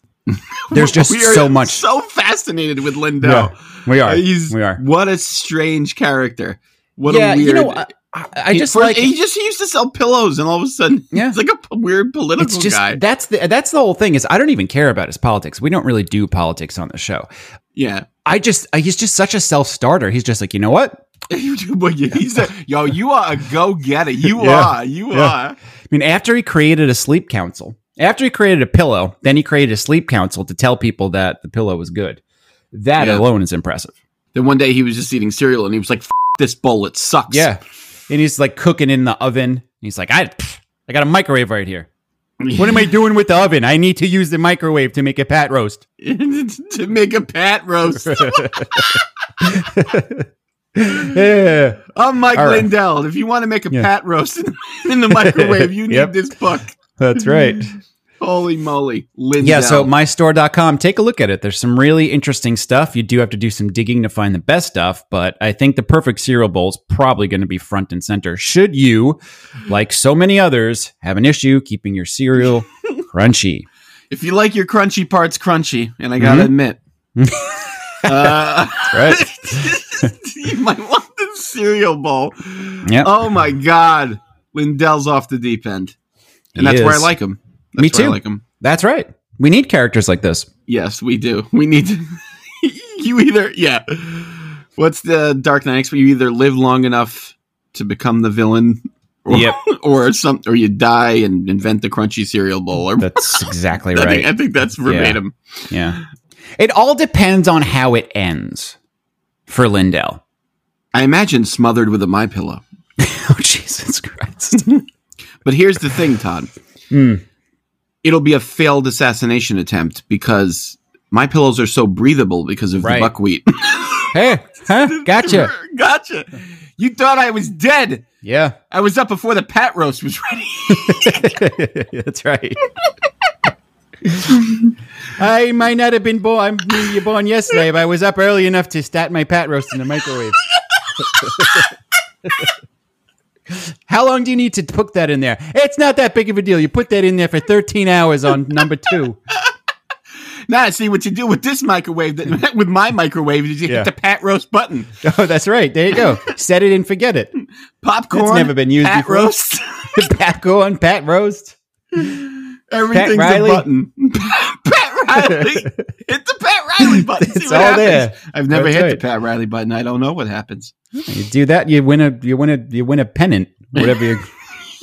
There's just
We are
so much.
So fascinated with Lindell.
Yeah, we are.
He's
we are.
what a strange character. What
yeah,
a weird.
you know, I, I- I
He-
just
first-
like
he just he used to sell pillows, and all of a sudden, [LAUGHS]
Yeah.
it's like a p- weird political
it's just
guy.
that's the that's the whole thing is I don't even care about his politics. We don't really do politics on the show.
Yeah, [LAUGHS]
I just I- he's just such a self starter. He's just like you know what?
Well, yeah, he's a, yo, you are a go getter. You
Yeah.
are, you
Yeah.
are.
I mean, after he created a sleep council, after he created a pillow, then he created a sleep council to tell people that the pillow was good. That
Yeah.
alone is impressive.
Then one day he was just eating cereal, and he was like, F- "This bowl, it sucks." [LAUGHS]
Yeah, and he's like cooking in the oven. And he's like, I pff, I got a microwave right here. What am I doing with the oven? I need to use the microwave to make a pat roast.
[LAUGHS] to make a
[LAUGHS]
pat roast.
Yeah.
I'm Mike
All right.
Lindell. If you want to make a
Yeah.
pat roast in, in the
[LAUGHS]
microwave, you need
Yep.
this book.
That's right.
Holy moly, Lindell.
Yeah, so mystore.com, take a look at it. There's some really interesting stuff. You do have to do some digging to find the best stuff, but I think the perfect cereal bowl is probably going to be front and center. Should you, like so many others, have an issue keeping your cereal crunchy?
if you like your crunchy parts crunchy, and I gotta
Mhm. [LAUGHS]
admit, uh, [LAUGHS]
Right.
you might want the cereal bowl.
Yep.
Oh my God, Lindell's off the deep end,
He
and that's where I
is.
like him. That's
Me
Where I
too.
like him.
That's right. We need characters like this.
Yes, we do. [LAUGHS] We need to. you either, yeah. What's the Dark Knight? Expo? You either live long enough to become the villain, or,
Yep.
[LAUGHS] or some, or you die and invent the crunchy cereal bowl. Or
That's exactly
[LAUGHS] I, think, I
right.
think that's verbatim.
Yeah. It all depends on how it ends for Lindell. [LAUGHS]
I imagine smothered with a my pillow.
Oh, Jesus Christ.
But here's the thing, Todd.
Mm.
It'll be a failed assassination attempt because my pillows are so breathable because of
Right.
the buckwheat.
Hey, huh? Gotcha.
[LAUGHS] gotcha. You thought I was dead.
Yeah.
I was up before the pat roast was ready.
That's right. I might not have been born. I'm born yesterday, but I was up early enough to start my pat roast in the microwave. How long do you need to put that in there? It's not that big of a deal. You put that in there for 13 hours on number two.
Now I see what you do with this microwave.
[LAUGHS]
That, with my microwave, is you
Yeah.
hit the pat roast button.
Oh, that's right. There you go. Set it and forget it. [LAUGHS]
Popcorn.
never been used
pat
before. [LAUGHS]
roast. [LAUGHS]
Pat go on Pat roast.
Everything's a
Riley.
button. [LAUGHS] pat
[LAUGHS]
Riley. Hit the Pat Riley button. see
It's
what
all
happens.
there.
I've never
That's
hit the
right.
Pat Riley button. I don't know what happens. [LAUGHS]
You do that, you win a you win a you win a pennant. Whatever you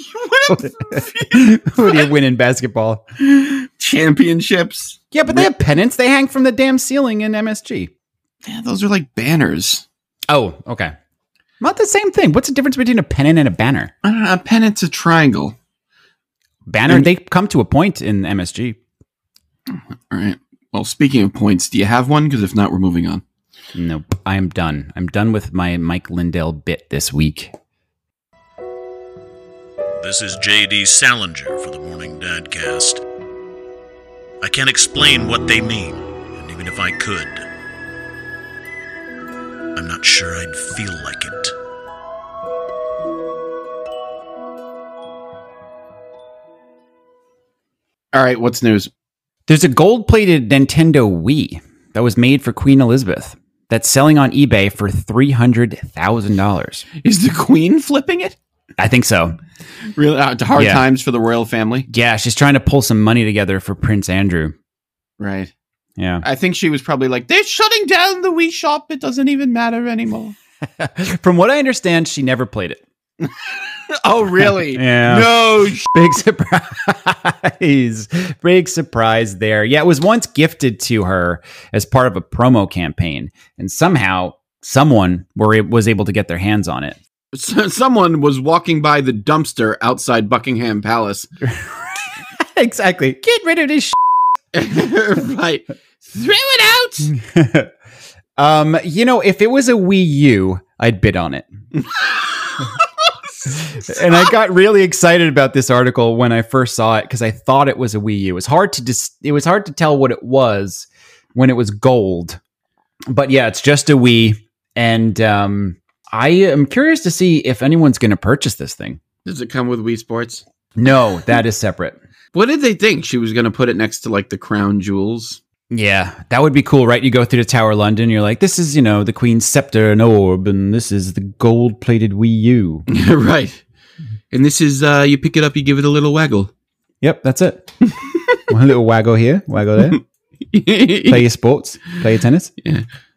[LAUGHS]
What
what do you win in basketball.
a- Championships.
Yeah, but they have pennants. They hang from the damn ceiling in MSG.
Yeah, those are like banners.
Oh, okay. Not the same thing. What's the difference between a pennant and a banner?
I don't know. A pennant's a triangle.
Banner, they come to a point in MSG.
All right. Well, speaking of points, do you have one? Because if not, we're moving on.
Nope. I am done. I'm done with my Mike Lindell bit this week.
This is J.D. Salinger for the Morning Dadcast. I can't explain what they mean, and even if I could, I'm not sure I'd feel like it.
All right. What's news?
There's a gold plated Nintendo Wii that was made for Queen Elizabeth that's selling on eBay for $300,000.
Is the Queen flipping it?
I think so.
Really uh, hard
Yeah.
times for the royal family.
Yeah, she's trying to pull some money together for Prince Andrew.
Right.
Yeah.
I think she was probably like, they're shutting down the Wii shop. It doesn't even matter anymore.
[LAUGHS] From what I understand, she never played it.
[LAUGHS] oh, really?
Yeah.
No.
Big [LAUGHS] surprise. Big surprise there. Yeah, it was once gifted to her as part of a promo campaign, and somehow someone were was able to get their hands on it.
Someone was walking by the dumpster outside Buckingham Palace.
[LAUGHS]
[LAUGHS]
exactly. Get rid of this
right. Throw it out.
shit. [LAUGHS] um, you know, if it was a Wii U, I'd bid on it. and I got really excited about this article when I first saw it because I thought it was a Wii U. It was hard to dis- it was hard to tell what it was when it was gold, but yeah, it's just a Wii. And um, I am curious to see if anyone's going to purchase this thing.
Does it come with Wii Sports?
No, that is separate.
What did they think? She was going to put it next to like the crown jewels. [LAUGHS]
Yeah, that would be cool, right? You go through the Tower of London, you're like, this is, you know, the Queen's scepter and orb, and this is the gold plated Wii
[LAUGHS]
U.
right. And this is, uh, you pick it up, you give it a little waggle. [LAUGHS]
Yep, that's it. [LAUGHS] One little waggle here, waggle
[LAUGHS]
there. Play your sports, play your tennis.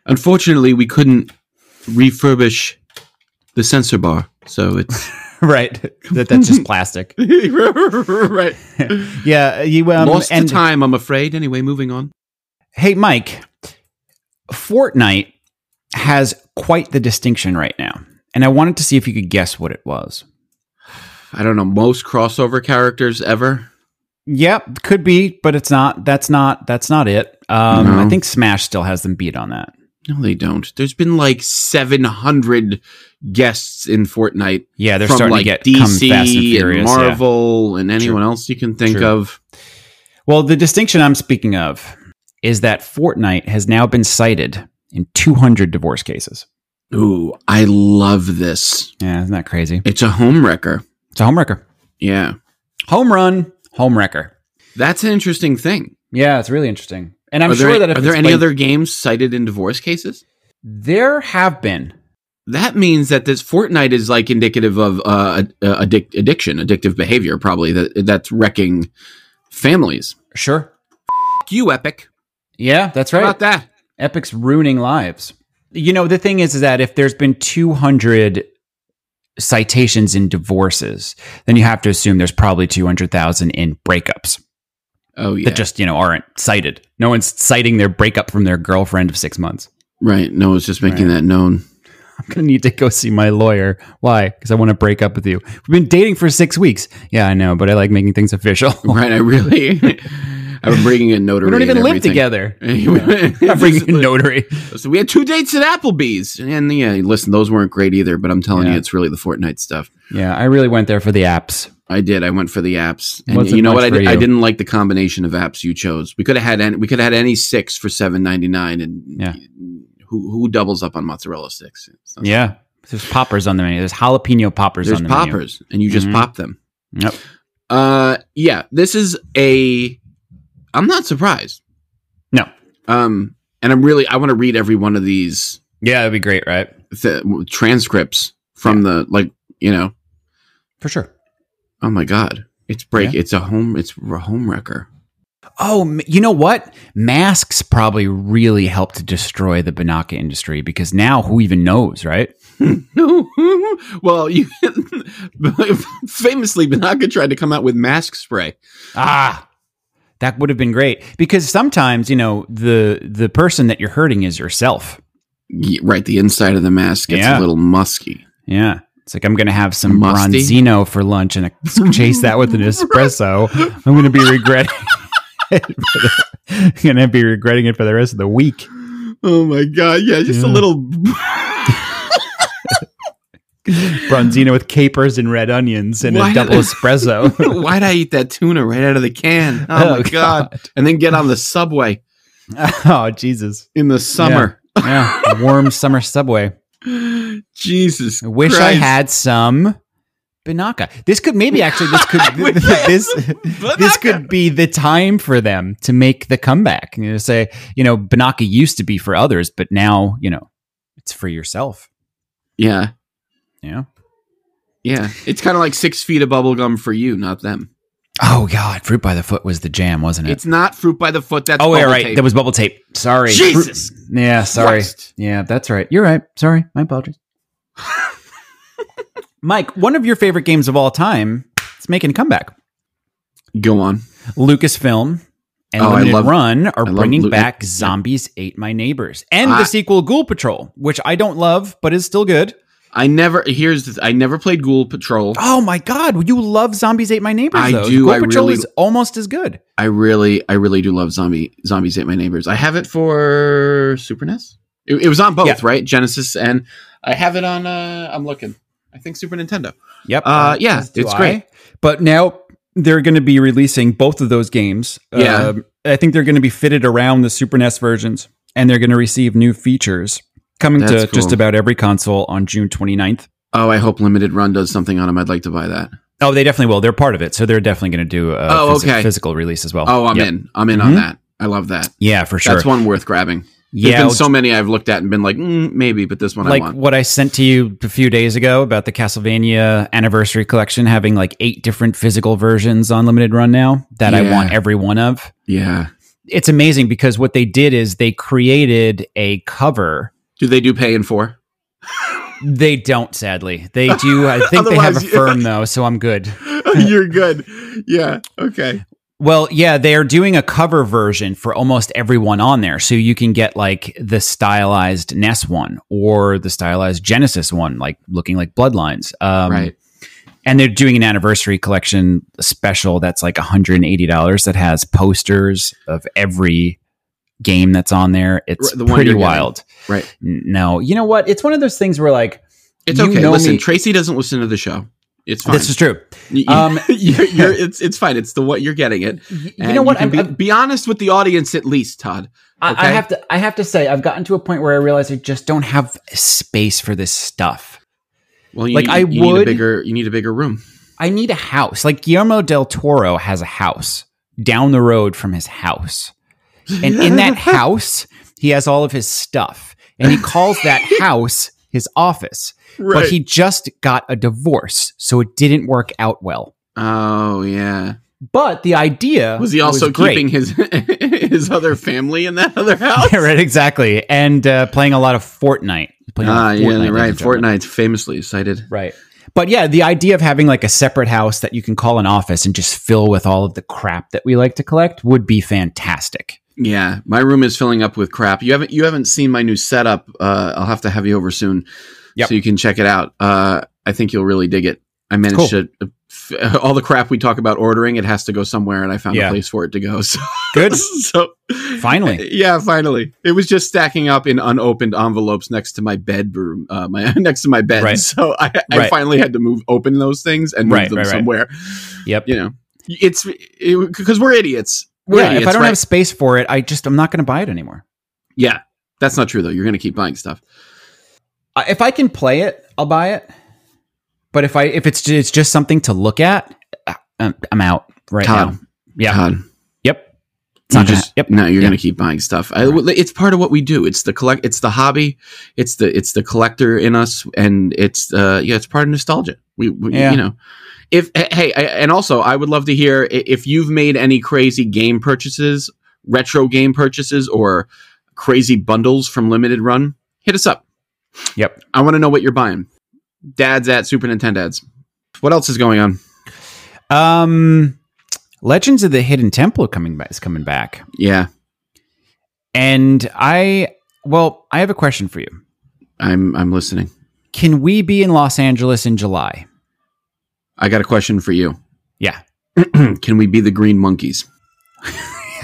Unfortunately, we couldn't refurbish the sensor bar. So [LAUGHS] it's.
[LAUGHS] right that, that's just
[LAUGHS]
plastic
right.
yeah you um
Lost
and
the time, I'm afraid. Anyway, moving on.
hey mike fortnite has quite the distinction right now and i wanted to see if you could guess what it was
I don't know, most crossover characters ever.
yep could be but it's not that's not that's not it um
No.
i think smash still has them beat on that
No, they don't. There's been like 700 guests in Fortnite
yeah they're
from
starting
like
to get come
DC
fast and
and,
furious yeah.
Marvel and anyone else you can think
True.
of.
well the distinction i'm speaking of is that fortnite has now been cited in 200 divorce cases
Ooh, I love this.
yeah isn't that crazy
It's a homewrecker.
it's a homewrecker
Yeah.
home run home wrecker
That's an interesting thing.
yeah it's really interesting and i'm
are there,
sure that if
are there
it's
any
played-
other games cited in divorce cases?
there have been
That means that this Fortnite is like indicative of uh, uh, addic- addiction, addictive behavior, probably that that's wrecking families.
sure
F- you, Epic.
yeah that's
How
right
about that?
epic's ruining lives you know the thing is, is that if there's been 200 citations in divorces then you have to assume there's probably 200000 in breakups
Oh yeah,
that just you know aren't cited no one's citing their breakup from their girlfriend of six months [LAUGHS]
right. No, it's just making that known.
i'm gonna need to go see my lawyer why because i want to break up with you we've been dating for six weeks yeah i know but i like making things official [LAUGHS]
Right. I really. I'm bringing a notary.
Oh. we don't even
and
live
everything. [LAUGHS]
together
I'm
[LAUGHS] I'm bringing a notary.
So we had two dates at Applebee's, and yeah, listen, those weren't great either. But I'm telling you,
Yeah.
it's really the Fortnite stuff.
Yeah, I really went there for the apps.
I did. I went for the apps, and
Wasn't
you know
much
what? I,
for
did, I
you.
didn't like the combination of apps you chose. We could have had any, we could have had any six for seven ninety nine, and
Yeah.
who who doubles up on mozzarella sticks? It's not-
Yeah. There's poppers on the menu. There's jalapeno poppers
There's
on the menu.
poppers, and you just
Mhm.
pop them.
Yep.
Uh, yeah, this is a. I'm not surprised.
No.
Um, and I'm really. I want to read every one of these
Yeah, that'd be great, right?
th- transcripts from the like. You know.
For sure.
Oh my god. It's break. It's a home. It's a home wrecker.
Oh, m- you know what? Masks probably really helped to destroy the Banaka industry because now who even knows, right?
No. [LAUGHS] well, you [LAUGHS] famously Banaka tried to come out with mask spray.
Ah, that would have been great because sometimes you know the the person that you're hurting is yourself.
Ye- Right, the inside of the mask gets
Yeah.
a little musky.
Yeah. It's like I'm gonna have some
Musty.
bronzino for lunch and chase that
[LAUGHS]
with an espresso. I'm gonna be regretting. it [LAUGHS] for the- I'm gonna be regretting it for the rest of the week.
Oh my god! Yeah, just a
Yeah. [LAUGHS]
little. [LAUGHS]
Bronzino with capers and red onions and
Why
a
did-
double
[LAUGHS]
espresso. [LAUGHS]
Why'd I eat that tuna right out of the can? Oh, my god. And then get on the subway
God. Oh Jesus!
in the summer.
Yeah, a warm summer subway.
Jesus.
I wish I
Christ.
had some Banaka. This could maybe actually this [LAUGHS] could
I wish I had
this this
Banaka.
could be the time for them to make the comeback. You know, say you know Banaka used to be for others, but now you know it's for yourself.
Yeah.
You know.
Yeah. It's kind of like six feet of bubble gum for you, not them.
Oh God, fruit by the foot was the jam, wasn't it?
It's not fruit by the foot. That's
oh,
oh,
wait,
bubble
right.
tape.
That was bubble tape. Sorry.
Jesus.
Fruit- yeah. Sorry.
Christ.
Yeah, that's right. You're right. Sorry. My [LAUGHS] apologies. Mike, one of your favorite games of all time is making a comeback.
Go on.
Lucasfilm and
Oh, I
Limited
love-
Run are
I love
bringing
Lu- Ah.
back Zombies Ate My Neighbors and
I-
the sequel Ghoul Patrol, which I don't love but is still good.
I never. Here's. The, I never played Ghoul Patrol.
Oh my God, you love Zombies Ate My Neighbors?
I
though.
do,
Ghoul
I
Patrol
really-
is almost as good.
I really, I really do love zombie zombies ate my neighbors. I have it for Super NES. It, it was on both,
Yeah.
right? Genesis and I have it on. uh I'm looking. I think Super Nintendo.
Yep.
Uh, yeah,
as do
it's
I.
great.
But now they're going to be releasing both of those games.
Yeah.
Um, I think they're going to be fitted around the Super NES versions and they're going to receive new features coming
That's
to just
cool.
about every console on June 29th.
Oh, I hope Limited Run does something on them. I'd like to buy that.
Oh, they definitely will. They're part of it. So they're definitely going to do a
Oh,
phys-
okay.
physical release as well.
Oh, I'm
Yep.
in. I'm in
Mhm.
on that. I love that.
Yeah, for sure.
That's one worth grabbing. There's
yeah,
been so many I've looked at and been like, mm, maybe, but this one
like
I want.
what I sent to you a few days ago about the Castlevania Anniversary Collection having like eight different physical versions on limited run now that I
Yeah.
want every one of.
Yeah.
It's amazing because what they did is they created a cover.
Do they do pay in four?
They don't, sadly. They do. I think they have a
Otherwise, yeah.
firm though, so I'm good.
[LAUGHS] You're good. Yeah. Okay.
Well, yeah, they are doing a cover version for almost everyone on there. So you can get like the stylized NES one or the stylized Genesis one, like looking like Bloodlines. Um,
right.
And they're doing an anniversary collection special that's like $180 that has posters of every game that's on there. It's
Right, the one
pretty
you're getting.
wild.
Right.
N- No, you know what? It's one of those things where like,
It's
You
okay.
know
listen,
me-
Tracy doesn't listen to the show. It's fine.
this is true.
You-
Um,
[LAUGHS] you're, you're, it's it's fine. It's the what you're getting it.
You
And
know what?
can
I'm,
be,
I'm-
be honest with the audience at least, Todd.
I, I
Okay.
have to. I have to say, I've gotten to a point where I realize I just don't have space for this stuff.
Well, you
Like,
need,
I
you need
would-
a bigger you need a bigger room.
I need a house. Like Guillermo del Toro has a house down the road from his house, and in
[LAUGHS]
that house, he has all of his stuff, and he calls
[LAUGHS]
that house his office. But he just got a divorce, so it didn't work out well.
oh yeah.
But the idea
Was he also
Uh, great.
keeping his [LAUGHS] his other family in that
[LAUGHS]
other house?
Yeah, [LAUGHS] right, exactly, and uh, playing a lot of Fortnite. Playing a lot
Ah,
of
yeah,
Fortnite,
right.
ladies and gentlemen.
Fortnite's famously cited.
Right. But yeah, the idea of having like a separate house that you can call an office and just fill with all of the crap that we like to collect would be fantastic.
Yeah, my room is filling up with crap. You haven't you haven't seen my new setup. Uh, I'll have to have you over soon,
Yep.
so you can check it out. Uh, I think you'll really dig it. I managed
Cool.
to f- all the crap we talk about ordering. It has to go somewhere, and I found
Yeah.
a place for it to go. [LAUGHS] So,
[LAUGHS] Good.
so
Finally.
yeah, finally, it was just stacking up in unopened envelopes next to my bedroom, uh, my [LAUGHS] next to my bed.
Right.
So I, I
Right.
finally had to move open those things and move
Right,
them
right, right.
somewhere.
Yep.
You know, it's because we're idiots. We're
Yeah,
idiots,
if I don't
right?
have space for it, I just I'm not going to buy it anymore.
Yeah, that's not true though. You're going to keep buying stuff.
I- If I can play it, I'll buy it. But if I if it's it's just something to look at, uh, I'm, I'm out right now.
Todd.
Yeah.
Todd,
Yep. It's
you
not gonna-
just
yep.
no. You're
Yep.
gonna keep buying stuff. I, it's part of what we do. It's the collect. It's the hobby. It's the it's the collector in us, and it's uh yeah. It's part of nostalgia. We, we
Yeah.
you know. If eh, hey, I, and also I would love to hear i- if you've made any crazy game purchases, retro game purchases, or crazy bundles from limited run. Hit us up.
Yep.
I want to know what you're buying. Dad's at Super Nintendads. What else is going on?
Um, Legends of the Hidden Temple coming back is coming back,
Yeah,
and I well, I have a question for you.
I'm I'm listening.
Can we be in Los Angeles in July?
I got a question for you.
Yeah. [LAUGHS]
Can we be the green monkeys? [LAUGHS]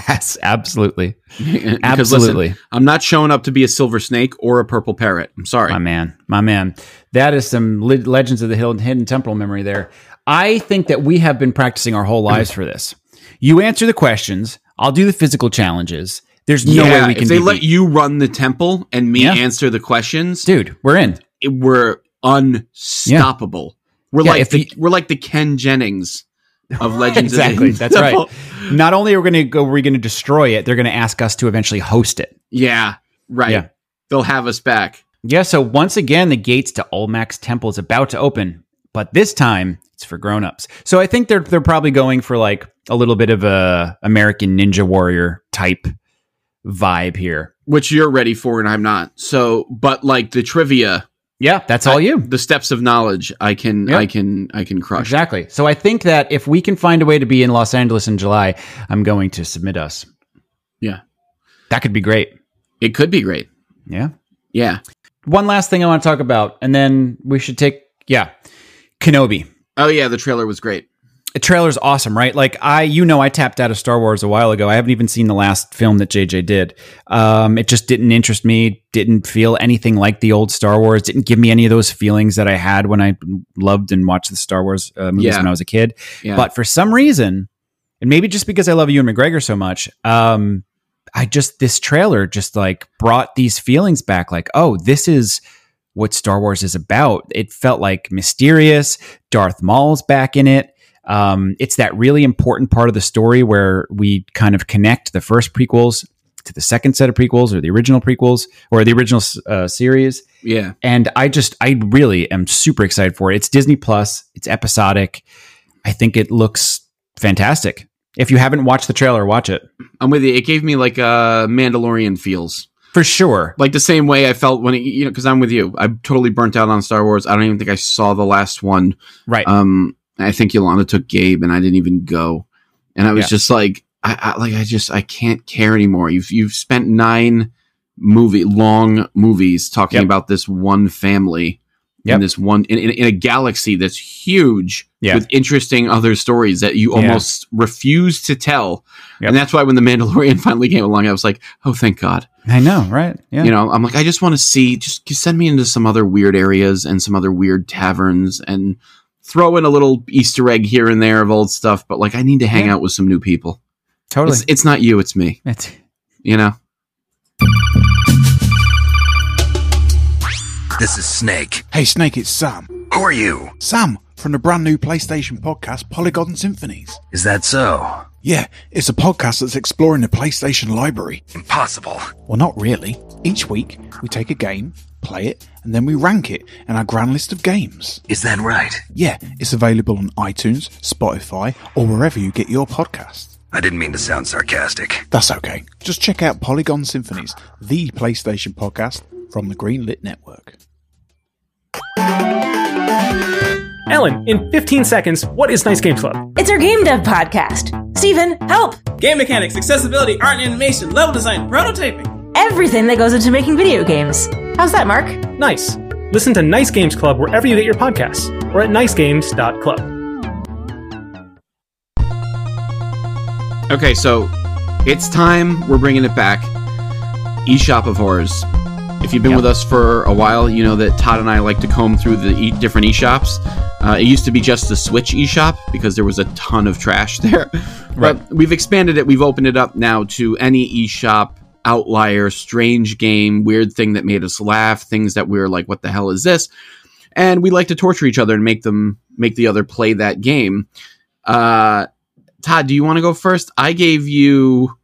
Yes, absolutely,
Because listen,
absolutely,
I'm not showing up to be a silver snake or a purple parrot. I'm sorry.
my man, my man. That is some Le- Legends of the Hidden Hidden Temple memory there. I think that we have been practicing our whole lives for this. You answer the questions. I'll do the physical challenges. There's no way we can.
if they
be
let
beat.
you run the temple and me
Yeah.
answer the questions,
dude, we're in.
it, we're unstoppable. We're
Yeah,
like
if
the,
you-
we're like the Ken Jennings [LAUGHS] of [LAUGHS] Legends.
exactly.
Of the
That's right.
[LAUGHS]
Not only are we going to go, we're going to destroy it. They're going to ask us to eventually host it.
Yeah, right.
Yeah.
They'll have us back.
Yeah. So once again, the gates to Olmec's temple is about to open, but this time it's for grown-ups. So I think they're they're probably going for like a little bit of a American Ninja Warrior type vibe here.
Which you're ready for and I'm not. So, but like the trivia,
Yeah, that's all you.
the steps of knowledge, I can,
Yeah.
I can, I can crush.
Exactly. So I think that if we can find a way to be in Los Angeles in July, I'm going to submit us.
Yeah.
That could be great.
It could be great.
Yeah.
Yeah.
one last thing I want to talk about, and then we should take yeah, Kenobi.
Oh yeah, the trailer was great.
The trailer's awesome, right? Like I, you know, I tapped out of Star Wars a while ago. I haven't even seen the last film that JJ did. Um, it just didn't interest me. Didn't feel anything like the old Star Wars. Didn't give me any of those feelings that I had when I loved and watched the Star Wars uh, movies
Yeah.
when I was a kid.
Yeah.
But for some reason, and maybe just because I love Ewan McGregor so much, um, I just this trailer just like brought these feelings back. Like, oh, this is what Star Wars is about. It felt like mysterious. Darth Maul's back in it. Um, it's that really important part of the story where we kind of connect the first prequels to the second set of prequels or the original prequels or the original uh, series
yeah.
and I just I really am super excited for it. It's Disney Plus. It's episodic. I think it looks fantastic. If you haven't watched the trailer, watch it
I'm with you. It gave me like uh Mandalorian feels,
for sure.
like the same way I felt when it, you know, because I'm with you. I'm totally burnt out on Star Wars. I don't even think I saw the last one.
Right?
Um, I think Yolanda took Gabe, and I didn't even go. And I was
Yeah.
just like, I, I like I just I can't care anymore. You've you've spent nine movie long movies talking
Yep.
about this one family.
Yep.
In this one, in, in, in a galaxy that's huge,
Yeah.
with interesting other stories that you
Yeah.
almost refuse to tell
Yep.
and that's why when the Mandalorian [LAUGHS] finally came along, I was like, "Oh, thank God!"
I know, right? Yeah.
You know, I'm like, I just want to see. Just send me into some other weird areas and some other weird taverns, and throw in a little Easter egg here and there of old stuff. But like, I need to hang
Yeah.
out with some new people.
totally.
It's, it's not you, it's me.
It's,
You know,
This is Snake.
Hey Snake, it's Sam.
Who are you?
Sam from the brand new PlayStation podcast Polygon Symphonies.
Is that so?
Yeah, it's a podcast that's exploring the PlayStation library.
Impossible.
Well, not really. Each week, we take a game, play it, and then we rank it in our grand list of games.
Is that right?
Yeah, it's available on iTunes, Spotify, or wherever you get your podcasts.
I didn't mean to sound sarcastic.
That's okay. Just check out Polygon Symphonies, the PlayStation podcast from the Greenlit Network.
Ellen, in 15 seconds, what is Nice Games Club?
It's our game dev podcast. Steven, help!
Game mechanics, accessibility, art and animation, level design, prototyping.
Everything that goes into making video games. How's that, Mark?
Nice. Listen to Nice Games Club wherever you get your podcasts or at nicegames.club.
Okay, so it's time. We're bringing it back. eShop of Horrors. If you've been with us for a while, you know that Todd and I like to comb through the e- different eShops. Uh, it used to be just the Switch eShop because there was a ton of trash [LAUGHS] there. But we've expanded it. We've opened it up now to any eShop outlier, strange game, weird thing that made us laugh, things that we were like, what the hell is this? and we like to torture each other and make them make the other play that game. Uh, Todd, do you want to go first? I gave you.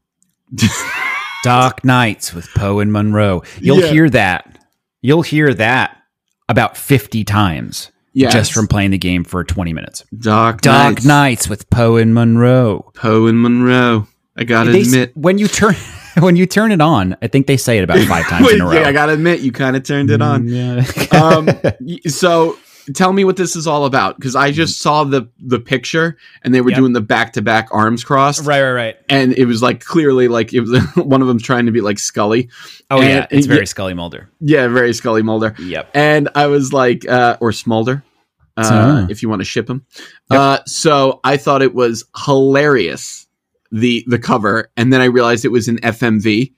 Dark Nights with Poe and Monroe. You'll
Yeah.
hear that. You'll hear that about 50 times
Yes.
just from playing the game for 20 minutes.
Dark
Dark
Knights,
Nights with Poe and Monroe.
Poe and Monroe. I gotta
They s-
admit.
when you turn [LAUGHS] when you turn it on, I think they say it about
[LAUGHS]
5 times
Wait,
in a row.
yeah, I gotta admit, you kind of turned it on.
[LAUGHS] Mm, yeah.
um, y- so tell me what this is all about because I
Mm.
just saw the the picture and they were
Yep.
doing the back to back arms crossed,
right, right, right.
and it was like clearly like it was [LAUGHS] one of them trying to be like Scully.
Oh
And-
yeah, it's
and-
very Scully Mulder.
Yeah, very Scully Mulder.
Yep.
And I was like, uh, or Smolder, uh,
Ah.
if you want to ship him. Uh, so I thought it was hilarious the the cover, and then I realized it was an FMV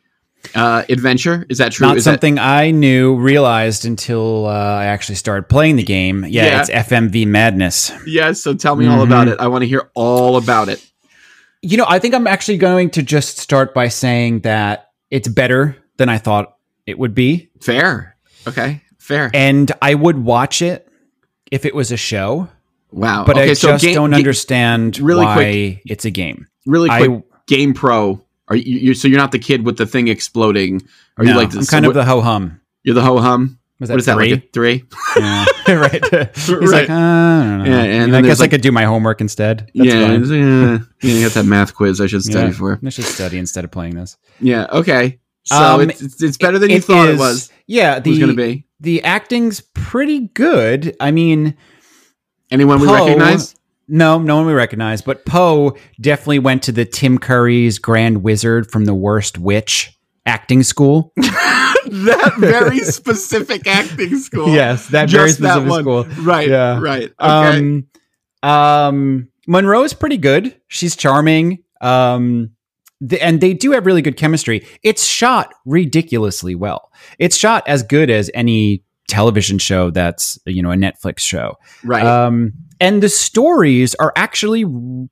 uh, adventure. Is that true?
Not
Is that-
something I knew realized until uh, I actually started playing the game. Yeah,
Yeah.
it's FMV madness.
yes. So tell me all
Mm-hmm.
about it. I want to hear all about it.
You know, I think I'm actually going to just start by saying that it's better than I thought it would be.
Fair. Okay. Fair.
And I would watch it if it was a show,
wow.
but
okay,
I just
Ga-
don't
Ga-
understand
really
why
quick-
it's a game.
Really
I-
quick, Game Pro. Are you, you? So you're not the kid with the thing exploding. Are you
No,
like the,
I'm kind
so
of the ho hum.
You're the ho hum.
Was that
What is that?
three?
Like a three?
Yeah. [LAUGHS] right. He's
[LAUGHS] Right.
like, "Uh, I don't know.
Yeah, and
You know,
then
I
there's
guess I
like-
could do my homework instead. That's
yeah,
fine.
it's- yeah. Yeah, you got that math quiz I should study
Yeah.
for.
I should study instead of playing this.
Yeah. Okay. So
Um,
it's, it's it's better than you thought it
is-
was.
Yeah, the
Who's going to be?
the acting's pretty good. I mean,
Anyone we
Poe-
recognize?
No, no one we recognize, but Poe definitely went to the Tim Curry's Grand Wizard from the Worst Witch acting school.
[LAUGHS] that [LAUGHS] very specific acting school.
that
Just that one. Right.
Yeah.
Right. Okay.
Um, um, Monroe is pretty good. She's charming. Um, the, and they do have really good chemistry. It's shot ridiculously well. It's shot as good as any television show that's you know a Netflix show.
right.
Um, and the stories are actually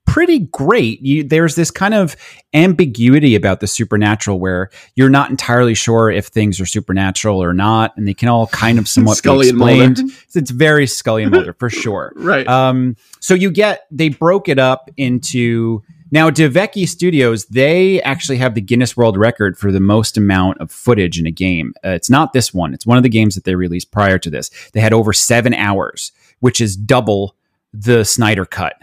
pretty great. You, there's this kind of ambiguity about the supernatural where you're not entirely sure if things are supernatural or not, and they can all kind of somewhat
Scully
be
and Mulder.
explained. It's very Scully and Mulder
[LAUGHS]
for sure.
right.
Um, so you get they broke it up into now Devecchi Studios. They actually have the Guinness World Record for the most amount of footage in a game. Uh, it's not this one. It's one of the games that they released prior to this. They had over seven hours, which is double the Snyder Cut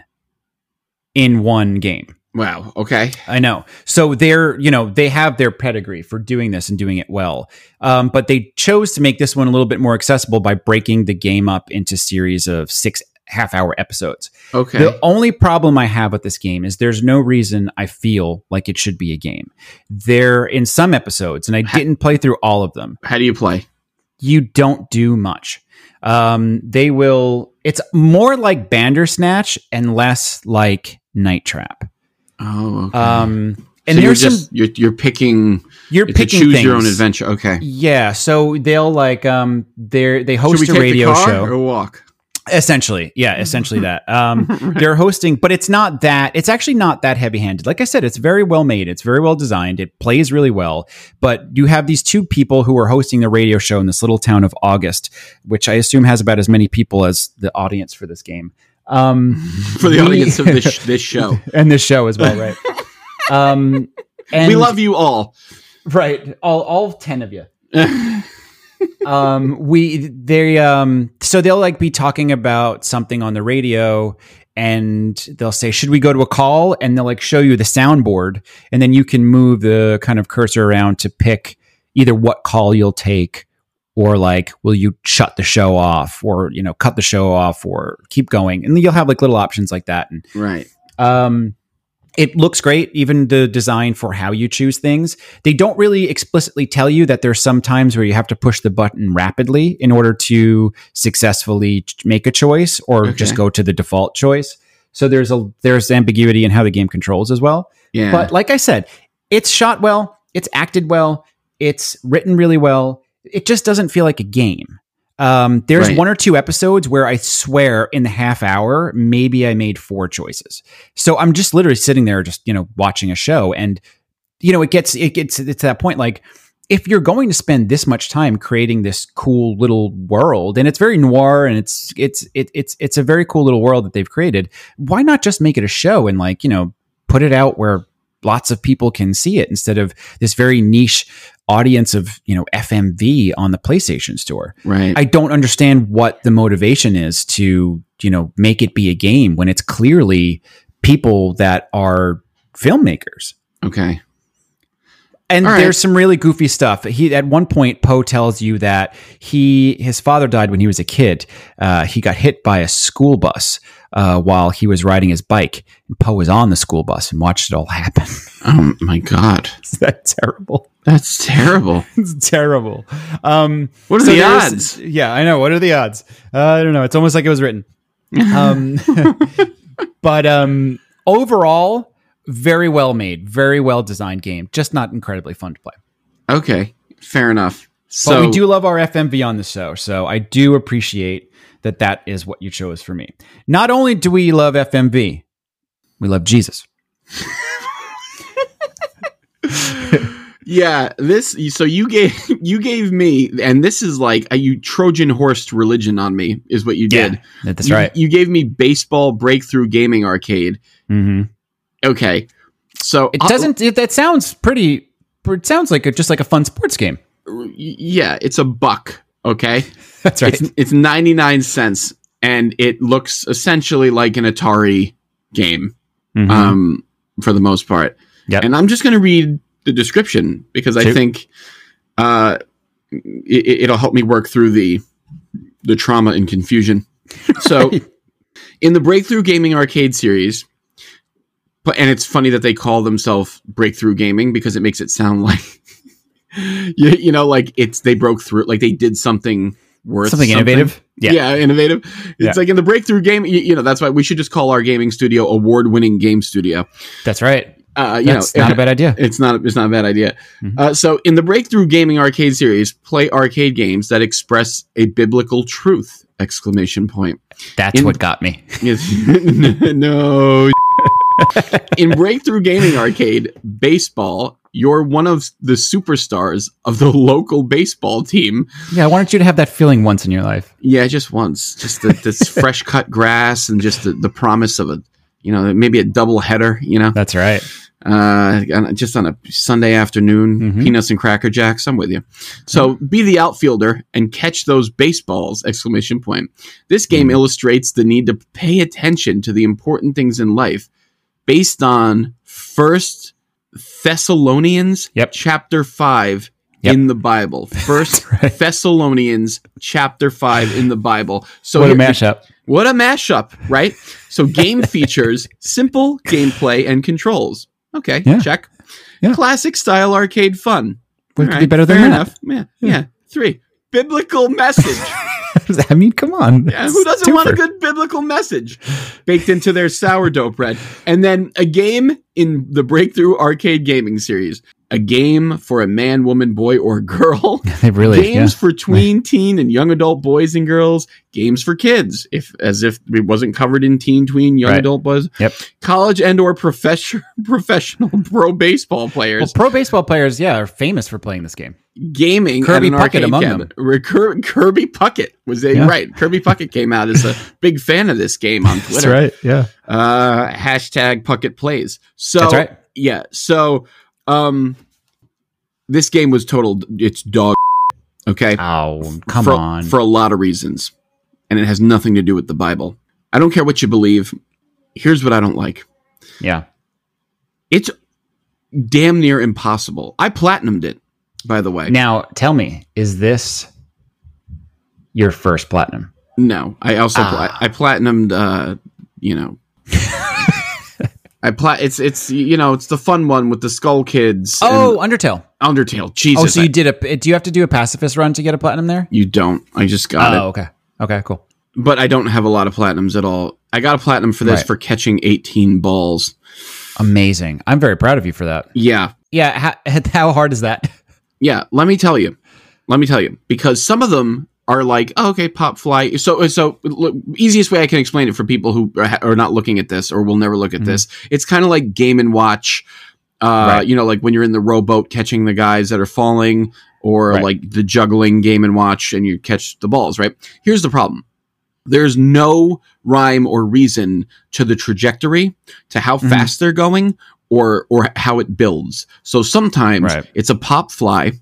in one game.
wow. Okay.
I know. So they're, you know, they have their pedigree for doing this and doing it well. Um, but they chose to make this one a little bit more accessible by breaking the game up into series of six half hour episodes.
Okay.
The only problem I have with this game is there's no reason I feel like it should be a game. There in some episodes, and I didn't play through all of them,
How do you play?
you don't do much. Um, they will it's more like Bandersnatch and less like Night Trap.
Oh. Okay.
Um
and
and
so you're
there's
just
some
you're you're picking
you're
it's a
picking
choose
things.
your own adventure. Okay.
Yeah, so they'll like um they they
Should we
host
take
a
the
radio
car
show.
or walk?
Essentially,
Mm-hmm.
yeah, essentially
[LAUGHS]
that. Um, They're hosting, but it's not that. It's actually not that heavy-handed. Like I said, it's very well made. It's very well designed. It plays really well. But you have these two people who are hosting the radio show in this little town of August, which I assume has about as many people as the audience for this game. Um,
for the
We-
audience of this sh- [LAUGHS] this show.
and this show as
[LAUGHS]
well, right? um, and
we love you all.
right all all ten of you. um we they um so they'll like be talking about something on the radio and they'll say should we go to a call and they'll like show you the soundboard and then you can move the kind of cursor around to pick either what call you'll take or like will you shut the show off or you know cut the show off or keep going and you'll have like little options like that and
right.
um, it looks great, even the design for how you choose things. They don't really explicitly tell you that there's some times where you have to push the button rapidly in order to successfully ch- make a choice or
Okay.
just go to the default choice. So there's a there's ambiguity in how the game controls as well.
Yeah.
But like I said, it's shot well, it's acted well, it's written really well. It just doesn't feel like a game. Um, there's
Right.
one or two episodes where I swear in the half hour, maybe I made four choices. So I'm just literally sitting there, just you know, watching a show, and you know, it gets it gets it's that point like if you're going to spend this much time creating this cool little world and it's very noir and it's it's it, it's it's a very cool little world that they've created why not just make it a show and like you know put it out where lots of people can see it instead of this very niche audience of you know fmv on the playstation store
Right.
i don't understand what the motivation is to you know make it be a game when it's clearly people that are filmmakers
okay.
and
All right.
there's some really goofy stuff. He at one point Poe tells you that he his father died when he was a kid. Uh, he got hit by a school bus uh, while he was riding his bike, and Poe was on the school bus and watched it all happen. [LAUGHS]
Oh my god,
Is that terrible?
that's terrible.
[LAUGHS] It's terrible. Um,
What are the
there's-
odds?
[LAUGHS] Yeah, I know. What are the odds? Uh, I don't know. It's almost like it was written. Um, [LAUGHS] but um, overall, very well made, very well designed game. Just not incredibly fun to play.
Okay, fair enough.
But
So
we do love our FMV on the show, so I do appreciate that that is what you chose for me. Not only do we love FMV, we love Jesus.
Yeah, this so you gave [LAUGHS] you gave me and this is like a, you Trojan horsed religion on me is what you did.
That's
You-
right.
You gave me baseball breakthrough gaming arcade.
hmm
Mm-hmm. Okay. So
It
I'll-
doesn't. It, that sounds pretty. It sounds like a, just like a fun sports game.
yeah, it's a buck, okay?
That's right.
It's it's 99 cents and it looks essentially like an Atari game
Mhm.
um for the most part.
Yep.
And I'm just going to read the description because I
Shoot.
think uh it, it'll help me work through the the trauma and
[LAUGHS]
confusion. So in the Breakthrough Gaming Arcade series, but- and it's funny that they call themselves Breakthrough Gaming because it makes it sound [LAUGHS] like you, you know like it's they broke through like they did something worth
something innovative.
yeah. innovative. It's
Yeah.
like in the breakthrough game, you, you know, that's why we should just call our gaming studio award-winning game studio.
that's right.
Uh, you
That's
know,
not a bad [LAUGHS] idea.
it's not it's not a bad idea.
Mhm.
Uh, so in the breakthrough gaming arcade series, play arcade games that express a biblical truth! Exclamation point.
That's
in-
what got me.
Yes. [LAUGHS] no. in breakthrough gaming arcade, baseball. You're one of the superstars of the local baseball team.
Yeah, I wanted you to have that feeling once in your life.
Yeah, just once. Just the, this fresh cut grass and just the, the promise of a, you know, maybe a double header, you know,
That's right.
uh, on- just on a Sunday afternoon,
Mhm.
peanuts and cracker jacks. I'm with you. So be the outfielder and catch those baseballs! Exclamation point. This
Mm-hmm.
game illustrates the need to pay attention to the important things in life, based on First Thessalonians
Yep.
chapter five.
Yep.
In the
[LAUGHS]
Bible, First Thessalonians chapter five in the Bible. So
what a
here-
mashup.
what a mashup, right?
[LAUGHS]
So game features simple gameplay and controls. Okay,
Yeah.
check.
Yeah.
Classic style arcade fun.
What could
All
be better than
fair
that?
Enough. Yeah, yeah. Three. Biblical
[LAUGHS]
message.
I mean, come on.
Yeah,
It's
who doesn't want a
twofer.
good biblical message baked into their sourdough bread? And then a game in the Breakthrough Arcade Gaming series. A game for a man, woman, boy, or [LAUGHS] girl.
It really.
games
yeah.
for tween, teen, and young adult boys and girls. Games for kids, if as if it wasn't covered in teen, tween, young
Right.
adult boys.
Yep.
College and or profession, [LAUGHS] professional pro baseball
Well,
players.
pro baseball players, yeah, are famous for playing this game.
gaming at
Kirby
an
Puckett
arcade
among
cabinet. Re- Kir- Kirby Puckett was a,
Yeah.
right. Kirby Puckett came
[LAUGHS]
out as a big fan of this game on Twitter.
right. Yeah.
Uh, hashtag Puckett plays. So
That's right.
yeah. So um, this game was total. It's dog. Okay.
Oh, come
for,
on.
For a lot of reasons. And it has nothing to do with the Bible. I don't care what you believe. Here's what I don't like
yeah.
it's damn near impossible. I platinumed it, by the way.
Now, tell me, is this your first platinum?
no, I also pla-
Ah.
I platinumed, uh,
[LAUGHS]
you know. I plat. It's it's you know it's the fun one with the Skull Kids.
Oh, Undertale.
and Undertale. Jesus,
Oh, so
I-
you did a. Do you have to do a pacifist run to get a platinum there?
you don't. I just got it.
Oh, okay. Okay, cool.
But I don't have a lot of platinums at all. I got a platinum for this
Right.
for catching eighteen balls.
Amazing. I'm very proud of you for that.
Yeah,
Yeah. How, [LAUGHS] how hard is that?
Yeah, let me tell you. Let me tell you because some of them are like, oh, okay, pop fly. So, so look, easiest way I can explain it for people who are, are not looking at this or will never look at this, it's kind of like Game and Watch Uh,
Mm-hmm. Right.
You know, like when you're in the rowboat catching the guys that are falling, or
Right.
like the juggling game and watch, and you catch the balls. Right. Here's the problem. There's no rhyme or reason to the trajectory, to how
Mhm.
fast they're going, or or how it builds. So sometimes
Right.
it's a pop fly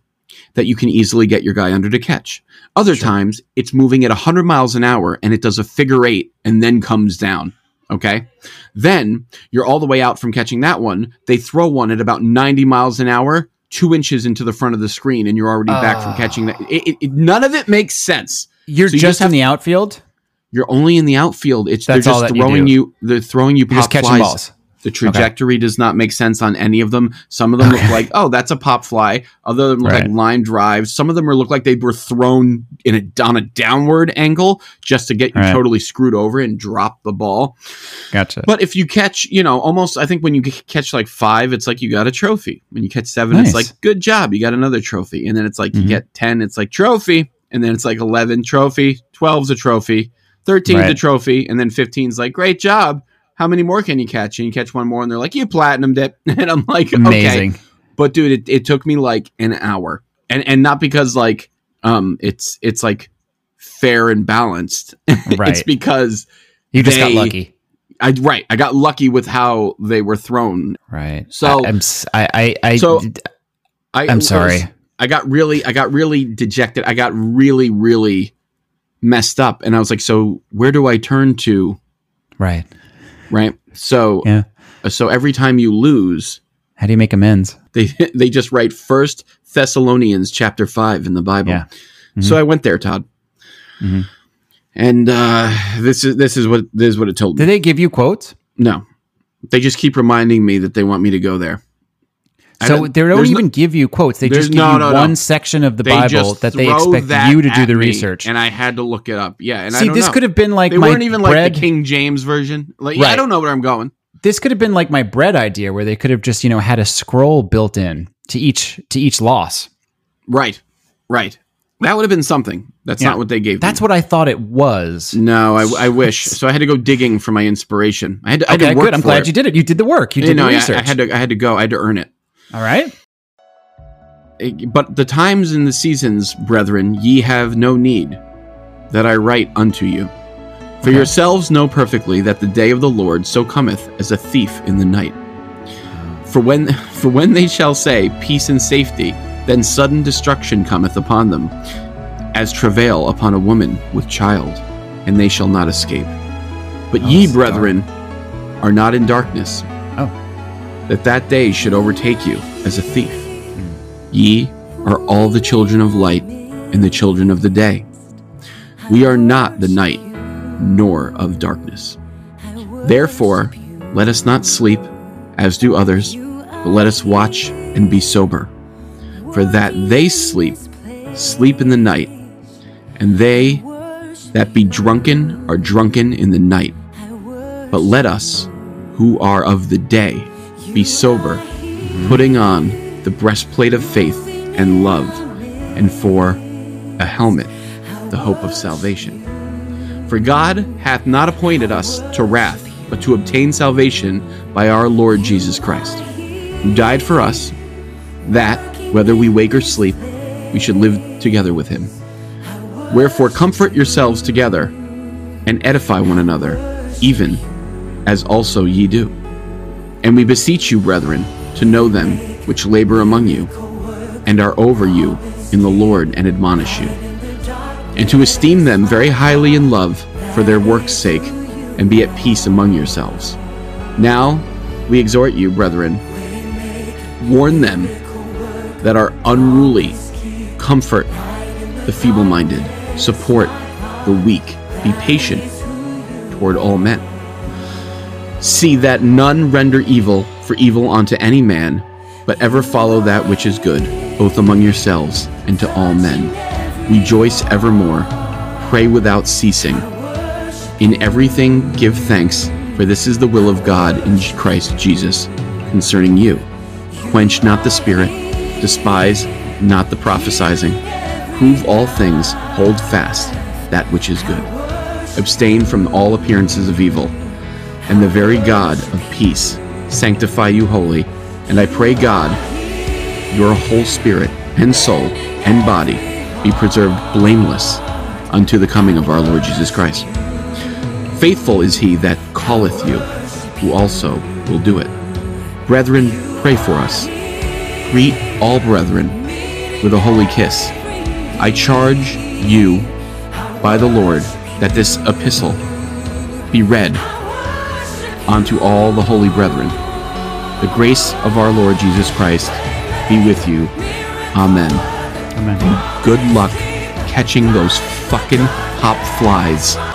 that you can easily get your guy under to catch. Other times it's moving at 100 miles an hour and it does a figure eight and then comes down. Okay. Then you're all the way out from catching that one. They throw one at about 90 miles an hour, two inches into the front of the screen, and you're already back from catching
Ah.
that. It, it, it- none of it makes sense.
You're
So you
just,
just
in the outfield.
You're only in the outfield. It's
That's
they're
all
just
that you
throwing
do.
you, They're throwing you pop
You're just catching
flies.
balls.
The trajectory does not make sense on any of them. Some of them look like, oh, that's a pop fly. Other of them look
Right.
like line drives. Some of them are look like they were thrown in a on a downward angle just to get you
Right.
totally screwed over and drop the ball.
Gotcha.
But if you catch, you know, almost, I think when you c- catch like five, it's like you got a trophy. When you catch seven,
Nice.
it's like good job, you got another trophy. And then it's like
Mhm.
you get ten, it's like trophy, and then it's like eleven trophy, twelve's a trophy, thirteen's a
Right.
trophy, and then fifteen's like great job. How many more can you catch? And you catch one more, and they're like you platinum dip, [LAUGHS] and I'm like okay.
Amazing.
But dude, it, it took me like an hour, and and not because like um it's it's like fair and balanced. [LAUGHS] it's
Right.
because
You just got
they-
lucky.
I right I got lucky with how they were thrown.
Right.
So-
I, I'm s- I I, I
So-
did-
I,
I'm sorry.
I got really, I got really dejected. I got really, really messed up, and I was like, "So where do I turn to?"
Right.
Right. So,
Yeah.
so every time you lose,
How do you make amends?
they [LAUGHS] they just write First Thessalonians chapter five in the Bible.
Yeah. Mm-hmm.
So I went there, Todd,
Mhm.
and uh, this is this is what this is what it told me.
Did they give you quotes?
no, they just keep reminding me that they want me to go there. I
So
don't-
they don't
there's no-
even give you quotes. They
there's-
just give
no,
you
no, no.
one section of the Bible
just
that they
throw
expect
that
you to do
at
the
me,
research.
and I had to look it up. Yeah, and I
See,
don't
this
know.
could have been like
they
my
weren't even
bread.
like the King James version. Like I
Right.
don't know where I'm going.
this could have been like my bread idea, where they could have just you know had a scroll built in to each to each loss.
Right, right. That would have been something. That's
Yeah.
not what they gave.
That's
me.
what I thought it was.
No, I, I wish. So I had to go digging for my inspiration. I had to. I
Okay,
had to work
good. I'm
for
glad
it.
you did it. You did the work. You
You
did
know,
the
I-
research.
I, had to. I had to go. I had to earn it.
All right.
It- Eh, But the times and the seasons, brethren, ye have no need that I write unto you. For yourselves know perfectly that the day of the Lord so cometh as a thief in the night. For when for when they shall say peace and safety, then sudden destruction cometh upon them, as travail upon a woman with child, and they shall not escape. But
Oh,
ye
that's dark.
brethren are not in darkness,
Oh.
that that day should overtake you as a thief. Ye are all the children of light and the children of the day. We are not the night, nor of darkness. Therefore, let us not sleep, as do others, but let us watch and be sober. For that they sleep, sleep in the night, and they that be drunken are drunken in the night. But let us, who are of the day, be sober, putting on the breastplate of faith and love, and for a helmet, the hope of salvation. For God hath not appointed us to wrath, but to obtain salvation by our Lord Jesus Christ, who died for us, that, whether we wake or sleep, we should live together with him. Wherefore, comfort yourselves together and edify one another, even as also ye do. And we beseech you, brethren, to know them which labor among you and are over you in the Lord and admonish you and to esteem them very highly in love for their work's sake, and be at peace among yourselves. Now we exhort you, brethren, warn them that are unruly, comfort the feeble minded, support the weak, be patient toward all men. See that none render evil for evil unto any man, but ever follow that which is good, both among yourselves and to all men. Rejoice evermore, pray without ceasing. In everything give thanks, for this is the will of God in Christ Jesus concerning you. Quench not the spirit, despise not the prophesizing. Prove all things, hold fast that which is good. Abstain from all appearances of evil and the very God of peace sanctify you wholly, And I pray, God, your whole spirit and soul and body be preserved blameless unto the coming of our Lord Jesus Christ. Faithful is he that calleth you, who also will do it. Brethren, pray for us. Greet all brethren with a holy kiss. I charge you by the Lord that this epistle be read unto all the holy brethren. The grace of our Lord Jesus Christ be with you. Amen. Amen. Good luck catching those fucking hop flies.